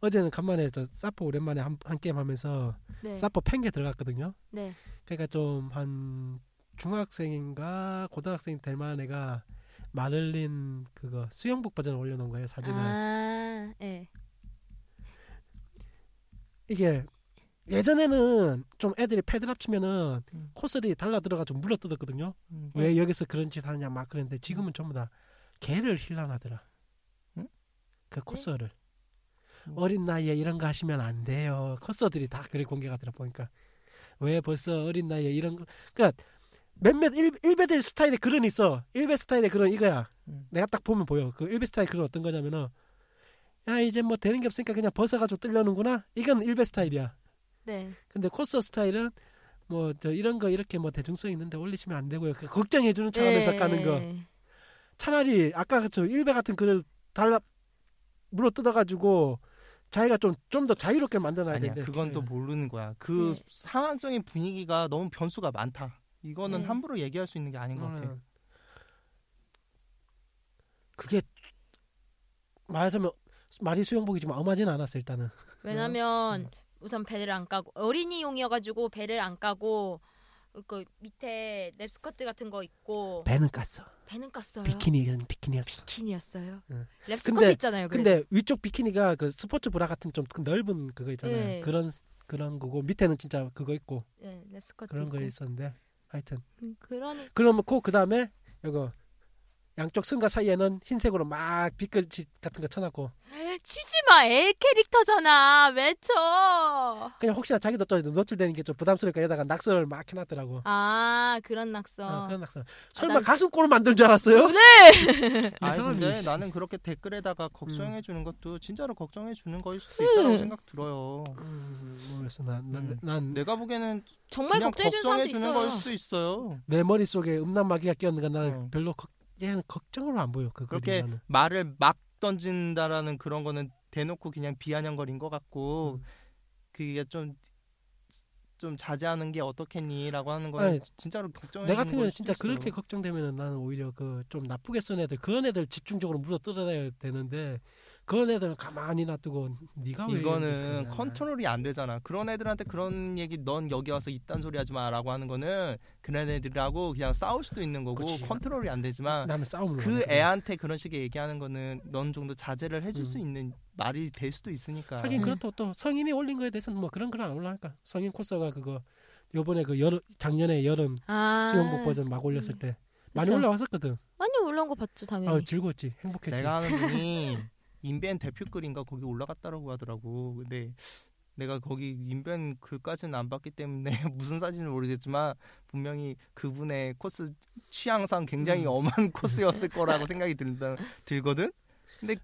Speaker 1: 어제는 간만에 저 사포 오랜만에 한, 한 게임 하면서
Speaker 2: 네.
Speaker 1: 사포 팽개 들어갔거든요
Speaker 2: 네.
Speaker 1: 그러니까 좀 한 중학생인가 고등학생 될 만한 애가 마를린 그거 수영복 버전을 올려놓은 거예요 사진을
Speaker 2: 아 예.
Speaker 1: 이게 예전에는 좀 애들이 패드랍 치면은
Speaker 3: 음.
Speaker 1: 코스들이 달라 들어가지고 물러 뜯었거든요
Speaker 3: 음.
Speaker 2: 네.
Speaker 1: 왜 여기서 그런 짓 하냐 막 그랬는데 지금은 전부 다 개를 힐난하더라
Speaker 3: 응?
Speaker 1: 그 코스를
Speaker 3: 예. 음.
Speaker 1: 어린 나이에 이런 거 하시면 안 돼요 코스들이 다 그래 공개가 들어 보니까 왜 벌써 어린 나이에 이런 거 그러니까 몇몇 일, 일베들 스타일의 그런 있어 일베 스타일의 그런 이거야
Speaker 3: 음.
Speaker 1: 내가 딱 보면 보여 그 일베 스타일 그런 어떤 거냐면은 야 이제 뭐 되는 게 없으니까 그냥 벗어가지고 뜰려는구나 이건 일베 스타일이야
Speaker 2: 네.
Speaker 1: 근데 코스 스타일은 뭐 저 이런 거 이렇게 뭐 대중성 있는데 올리시면 안 되고요. 그 걱정해주는 차원에서
Speaker 2: 예,
Speaker 1: 까는 거.
Speaker 2: 예.
Speaker 1: 차라리 아까 저 일베 같은 글을 달라 물어 뜯어가지고 자기가 좀 좀 더 자유롭게 만들어야
Speaker 3: 아니야
Speaker 1: 되는데.
Speaker 3: 그건 또 모르는 거야. 그
Speaker 2: 네.
Speaker 3: 상황적인 분위기가 너무 변수가 많다. 이거는
Speaker 2: 네.
Speaker 3: 함부로 얘기할 수 있는 게 아닌 것 같아.
Speaker 1: 음. 그게 말하자면 말이 수영복이 지금 뭐 엄하진 않았어 일단은.
Speaker 2: 왜냐면
Speaker 1: 음.
Speaker 2: 우선 배를 안 까고 어린이용이어가지고 배를 안 까고 그 밑에 랩스커트 같은 거 있고
Speaker 1: 배는 깠어.
Speaker 2: 배는 깠어요.
Speaker 1: 비키니는 비키니였어.
Speaker 2: 비키니였어요.
Speaker 1: 응.
Speaker 2: 랩스커트
Speaker 1: 근데-
Speaker 2: 있잖아요. 그래도.
Speaker 1: 근데 위쪽 비키니가 그 스포츠 브라 같은 좀그 넓은 그거 있잖아요.
Speaker 2: 네.
Speaker 1: 그런 그런 거고 밑에는 진짜 그거 있고
Speaker 2: 예, 랩스커트
Speaker 1: 그런 거
Speaker 2: 있고.
Speaker 1: 있었는데 하여튼
Speaker 2: 음, 그러니
Speaker 1: 그러면 그 다음에 이거 양쪽 승가 사이에는 흰색으로 막 빛글씨 같은 거 쳐놨고
Speaker 2: 치지마 애 캐릭터잖아. 왜 쳐?
Speaker 1: 그냥 혹시나 자기도 또 노출되는 게 좀 부담스러울까 여다가 낙서를 막 해놨더라고
Speaker 2: 아 그런 낙서.
Speaker 1: 어, 그런 낙서 설마
Speaker 2: 난-
Speaker 1: 가슴골을 만든 줄 알았어요?
Speaker 3: [laughs] 아니
Speaker 1: 사람이- 음.
Speaker 3: 근데 나는 그렇게 댓글에다가 걱정해 주는 것도 진짜로 걱정해 주는 거일 수도
Speaker 2: 음.
Speaker 3: 있다고 생각 들어요.
Speaker 1: 네. 음, 모르겠어 난난내
Speaker 3: 음. 내가 보기에는
Speaker 2: 정말
Speaker 3: 그냥
Speaker 2: 걱정해주는 사람도
Speaker 3: 걱정해 주는
Speaker 2: 있어요.
Speaker 3: 걸 수도 있어요.
Speaker 1: 머릿속에 음란마귀가 끼었는가 나는
Speaker 3: 음.
Speaker 1: 별로 걱, 얘는 걱정으로 안 보여 그
Speaker 3: 그렇게
Speaker 1: 그림은.
Speaker 3: 말을 막 던진다라는 그런 거는 대놓고 그냥 비아냥거린 것 같고
Speaker 1: 음.
Speaker 3: 그게 좀 좀 자제하는 게 어떻겠니라고 하는 거
Speaker 1: 아니,
Speaker 3: 는 진짜로 걱정해
Speaker 1: 내
Speaker 3: 주는
Speaker 1: 같은 경우는
Speaker 3: 걸
Speaker 1: 진짜
Speaker 3: 수도 있어요.
Speaker 1: 그렇게 걱정되면은 나는 오히려 그 좀 나쁘게 쓴 애들 그런 애들 집중적으로 물어 뜯어야 되는데 그런 애들은 가만히 놔두고 네가 왜 이렇게
Speaker 3: 이거는
Speaker 1: 생각나?
Speaker 3: 컨트롤이 안 되잖아. 그런 애들한테 그런 얘기 넌 여기 와서 이딴 소리 하지 마라고 하는 거는 그런 애들하고 그냥 싸울 수도 있는 거고
Speaker 1: 그치. 네,
Speaker 3: 컨트롤이 안 되지만
Speaker 1: 나는 싸움을
Speaker 3: 그
Speaker 1: 원하거든.
Speaker 3: 애한테 그런 식의 얘기하는 거는 넌 정도 자제를 해줄
Speaker 1: 음.
Speaker 3: 수 있는 말이 될 수도 있으니까.
Speaker 1: 하긴
Speaker 2: 음.
Speaker 1: 그렇다고 또 성인이 올린 거에 대해서는 뭐 그런 건 안 올라니까 성인 코스가 그거 요번에 그 여름 작년에 여름
Speaker 2: 아,
Speaker 1: 수영복 버전 막 올렸을 때 많이
Speaker 2: 그쵸. 네.
Speaker 1: 올라왔었거든.
Speaker 2: 많이 올라온 거 봤죠 당연히.
Speaker 1: 아 즐거웠지 행복했지. [laughs]
Speaker 3: 내가 아는 분이 인벤 대표글인가 거기 올라갔다라고 하더라고. 근데 내가 거기 인벤 글까지는 안 봤기 때문에 [laughs] 무슨 사진인지 모르겠지만 분명히 그분의 코스 취향상 굉장히
Speaker 1: 음.
Speaker 3: 엄한 [laughs] 코스였을 거라고 생각이 들다, 들거든. 근데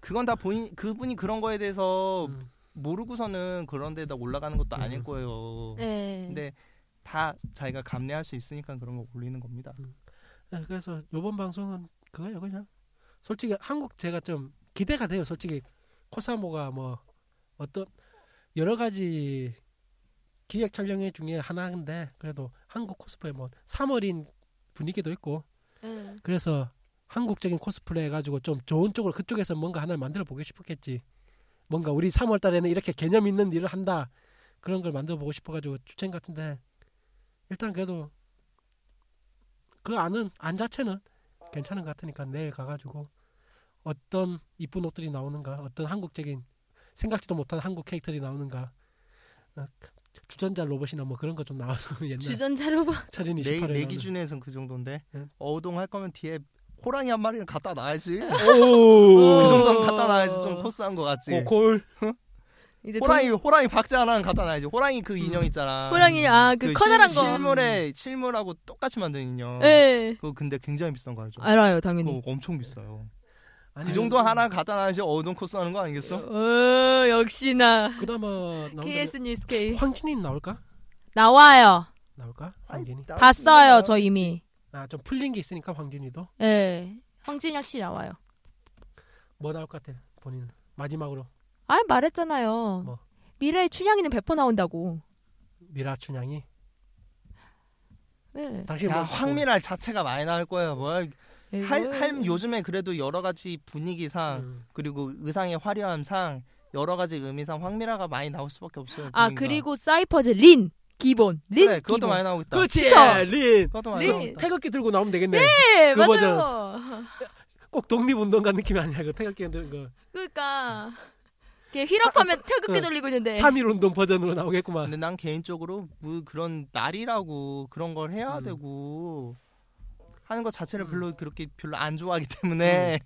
Speaker 3: 그건 다 본인 그분이 그런 거에 대해서
Speaker 1: 음.
Speaker 3: 모르고서는 그런 데다 올라가는 것도 아닐
Speaker 1: 음.
Speaker 3: 거예요.
Speaker 2: 네.
Speaker 3: 근데 다 자기가 감내할 수 있으니까 그런 거 올리는 겁니다.
Speaker 1: 네, 그래서 요번 방송은 그거예요 그냥 솔직히 한국 제가 좀 기대가 돼요 솔직히 코사모가 뭐 어떤 여러 가지 기획 촬영회 중에 하나인데 그래도 한국 코스프레 뭐 3월인 분위기도 있고
Speaker 2: 네.
Speaker 1: 그래서 한국적인 코스프레 해가지고 좀 좋은 쪽으로 그쪽에서 뭔가 하나를 만들어 보고 싶었겠지 뭔가 우리 3월 달에는 이렇게 개념 있는 일을 한다 그런 걸 만들어 보고 싶어가지고 추천 같은데 일단 그래도 그 안은 안 자체는 괜찮은 것 같으니까 내일 가가지고 어떤 이쁜 옷들이 나오는가 어떤 한국적인 생각지도 못한 한국 캐릭터들이 나오는가 어, 주전자 로봇이나 뭐 그런 거 좀 나와서 [laughs] 옛날
Speaker 2: 주전자로 봐.
Speaker 3: [laughs]
Speaker 1: 철인
Speaker 3: 내,
Speaker 1: 28일
Speaker 3: 내 기준에선 그 정도인데
Speaker 1: 응.
Speaker 3: 어우동 할 거면 뒤에 호랑이 한 마리를 갖다 놔야지
Speaker 1: 예. 오
Speaker 3: 그
Speaker 2: 어.
Speaker 3: 정도는 갖다 놔야지 좀 코스한 거 같지
Speaker 1: 고콜
Speaker 2: 이제
Speaker 3: 호랑이 호랑이 박자 하나는 갖다 놔야지 호랑이 그 인형
Speaker 1: 음.
Speaker 3: 있잖아
Speaker 2: 동- 호랑이 아그
Speaker 3: 실-
Speaker 2: 커다란 거.
Speaker 3: 실물에 실물하고 똑같이 만든 인형
Speaker 2: 네.
Speaker 3: 그거 근데 굉장히 비싼 거 알죠
Speaker 2: 알아요 당연히.
Speaker 3: 그거 엄청 비싸요
Speaker 1: 아니,
Speaker 3: 그 정도 하나 갖다 놔야지 어우동 코스 하는 거 아니겠어
Speaker 2: 어 역시나
Speaker 1: 그나마 나온다면
Speaker 2: KS 뉴스 K
Speaker 1: 황진이 나올까?
Speaker 2: 나와요.
Speaker 1: 나올까? 황진이.
Speaker 3: 아이, 나-
Speaker 2: 봤어요 저 이미.
Speaker 1: 아 좀 풀린 게 있으니까 황진이도
Speaker 2: 예. 네. 황진혁 씨 나와요.
Speaker 1: 뭐 나올 것 같아 본인은 마지막으로
Speaker 2: 아 말했잖아요.
Speaker 1: 뭐?
Speaker 2: 미래의 춘향이는 100% 나온다고.
Speaker 1: 미라 춘향이.
Speaker 2: 예.
Speaker 1: 당신
Speaker 3: 야
Speaker 1: 뭐-
Speaker 3: 황미랄 자체가 많이 나올 거야 뭐할
Speaker 2: 예,
Speaker 3: 할 요즘에 그래도 여러 가지 분위기상
Speaker 1: 음.
Speaker 3: 그리고 의상의 화려함상 여러 가지 의미상 황미라가 많이 나올 수밖에 없어요.
Speaker 2: 아
Speaker 3: 분위기가. 네,
Speaker 2: 그리고 사이퍼즈 린 기본 린
Speaker 3: 그래 그것도
Speaker 2: 기본.
Speaker 3: 많이 나오고 있다.
Speaker 1: 그렇지.
Speaker 2: 그쵸?
Speaker 1: 린.
Speaker 3: 그것도 많이
Speaker 2: 네.
Speaker 3: 나오고 있다.
Speaker 1: 태극기 들고 나오면 되겠네.
Speaker 2: 네
Speaker 1: 그거
Speaker 2: 맞아요.
Speaker 1: 꼭 독립운동가 느낌이 아니야. 그 태극기 들은 거.
Speaker 2: [laughs] 그러니까 이렇게 휘락하면 태극기
Speaker 1: 응.
Speaker 2: 돌리고 있는데.
Speaker 1: 3.1 운동 버전으로 나오겠구만.
Speaker 3: 근데 난 개인적으로 뭐 그런 날이라고 그런 걸 해야
Speaker 1: 음.
Speaker 3: 되고 하는 것 자체를 별로 그렇게 별로 안 좋아하기
Speaker 1: 음.
Speaker 3: 때문에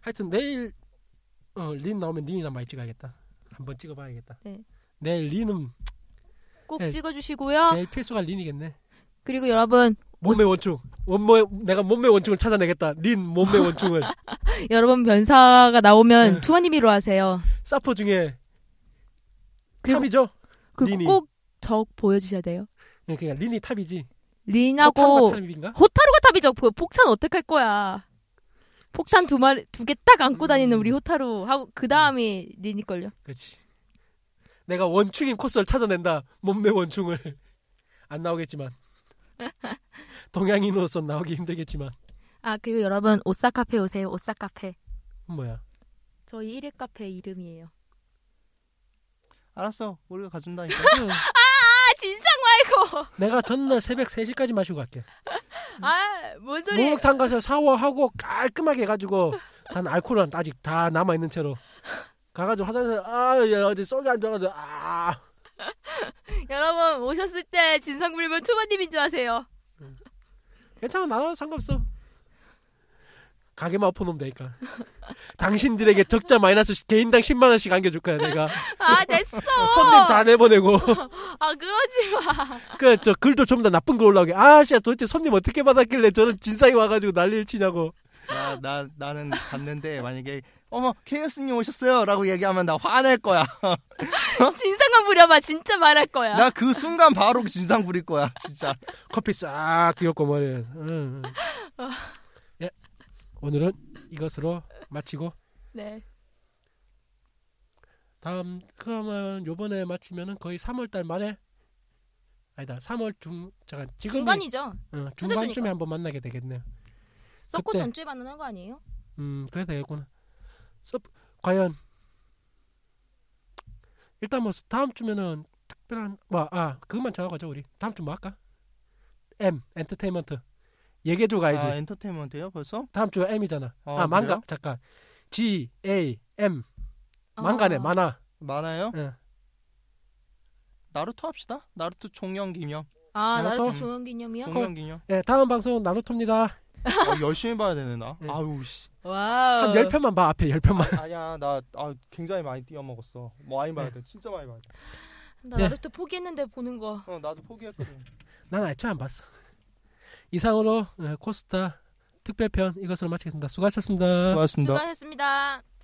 Speaker 1: 하여튼 내일 어, 린 나오면 린이나 많이 찍어야겠다. 한번 찍어봐야겠다.
Speaker 2: 네.
Speaker 1: 내일 린은
Speaker 2: 꼭
Speaker 1: 네.
Speaker 2: 찍어주시고요.
Speaker 1: 제일 필수가 린이겠네.
Speaker 2: 그리고 여러분
Speaker 1: 몸매 원충. 원모 내가 몸매 원충을 찾아내겠다. 린 몸매 [laughs] 원충을.
Speaker 2: 여러분 변사가 나오면
Speaker 1: 네.
Speaker 2: 투머니미로 하세요.
Speaker 1: 사퍼 중에
Speaker 2: 그리고-
Speaker 1: 탑이죠. 리니.
Speaker 2: 그꼭저 보여주셔야 돼요.
Speaker 1: 예, 그러니까 린이 탑이지. 어,
Speaker 2: 린하고
Speaker 1: 탑인가
Speaker 2: 호타루가 탑이죠. 그 폭탄 어떡할 거야. 폭탄 두 마리 두 개 딱 안고 다니는
Speaker 1: 음.
Speaker 2: 우리 호타루 하고 그 다음이 린이 걸요.
Speaker 1: 그렇지. 내가 원충인 코스를 찾아낸다. 몸매 원충을 [laughs] 안
Speaker 2: [laughs]
Speaker 1: 나오겠지만 동양인으로서 나오기 힘들겠지만
Speaker 2: 아 그리고 여러분 오싹 카페 오세요. 오싹 카페.
Speaker 1: 뭐야.
Speaker 2: 저희 1회 카페 이름이에요.
Speaker 3: [laughs] 알았어 우리가 가준다니까.
Speaker 1: 응.
Speaker 2: 아 진상 말고.
Speaker 1: 내가 전날 새벽 3시까지 마시고 갈게.
Speaker 2: 아 뭔 소리?
Speaker 1: 목욕탕 가서 샤워하고 깔끔하게 해가지고 난 알코올은 아직 다 남아있는 채로 가가지고 화장실 아야 어제 속이 안 좋아가지고 아
Speaker 2: 여러분 오셨을 때 진상 부리면 초반님인 줄 아세요.
Speaker 1: 괜찮아 나랑 상관없어 가게만 엎어놓으면 되니까 당신들에게 적자 마이너스 개인당 10만원씩 안겨줄 거야 내가
Speaker 2: 아 됐어.
Speaker 1: 손님 다
Speaker 2: [laughs]
Speaker 1: 내보내고
Speaker 2: 아 그러지 마.
Speaker 1: 그 저 글도 좀 더 나쁜 글 올라오게 아씨야 도대체 손님 어떻게 받았길래 저런 진상이 와가지고 난리를 치냐고
Speaker 3: 나, 나 나는 갔는데 만약에 어머 케이스님 오셨어요라고 얘기하면 나 화낼 거야.
Speaker 1: 어?
Speaker 2: 진상만 부려봐. 진짜 말할 거야.
Speaker 3: 나 그 순간 바로 진상 부릴 거야
Speaker 1: [laughs]
Speaker 3: 진짜.
Speaker 1: 커피 싹 뒤엎고 머리 응,
Speaker 2: [laughs]
Speaker 1: 응. 예 오늘은 이것으로 마치고
Speaker 2: 네.
Speaker 1: 다음 그러면 요번에 마치면은 거의 3월달 말에 아니다 3월 중 잠깐 지금이
Speaker 2: 중간이죠.
Speaker 1: 어,
Speaker 2: 추세주니까.
Speaker 1: 중간쯤에 한번 만나게 되겠네요
Speaker 2: 썩고
Speaker 1: 그때.
Speaker 2: 전주에 만나는 거 아니에요?
Speaker 1: 음 그래 되겠구나. 서, 과연 일단 뭐 다음 주면은 특별한 뭐아 그것만 정하고자 우리 다음 주 뭐 할까? M 엔터테인먼트 얘기해줘 가야지.
Speaker 3: 아 엔터테인먼트요 벌써?
Speaker 1: 다음 주가 M이잖아.
Speaker 3: 아,
Speaker 1: 아 망가
Speaker 3: 그래요?
Speaker 1: 잠깐 G A M 망가네
Speaker 2: 아,
Speaker 1: 만화.
Speaker 3: 많아요?
Speaker 1: 예.
Speaker 3: 나루토 합시다. 나루토 종영 기념.
Speaker 2: 아 나도
Speaker 1: 나루토?
Speaker 2: 종영 기념이요?
Speaker 3: 종영 [laughs] 기념.
Speaker 1: 예, 다음 방송 나루토입니다.
Speaker 3: 아, 열심히 봐야 되네 나.
Speaker 1: 네.
Speaker 3: 아유 씨.
Speaker 2: 와우.
Speaker 1: 한 열 편만 봐 앞에 열 편만. [laughs]
Speaker 3: 아니야 나 아, 굉장히 많이 뛰어 먹었어. 많이 봐야 돼. 진짜 많이 봐야 돼.
Speaker 2: 나
Speaker 1: 예.
Speaker 2: 나루토 포기했는데 보는 거.
Speaker 3: 어 나도 포기했거든.
Speaker 1: 난 애초에 안 봤어. 이상으로 예, 코스타 특별편 이것으로 마치겠습니다. 수고하셨습니다.
Speaker 3: 고맙습니다.
Speaker 2: 수고하셨습니다.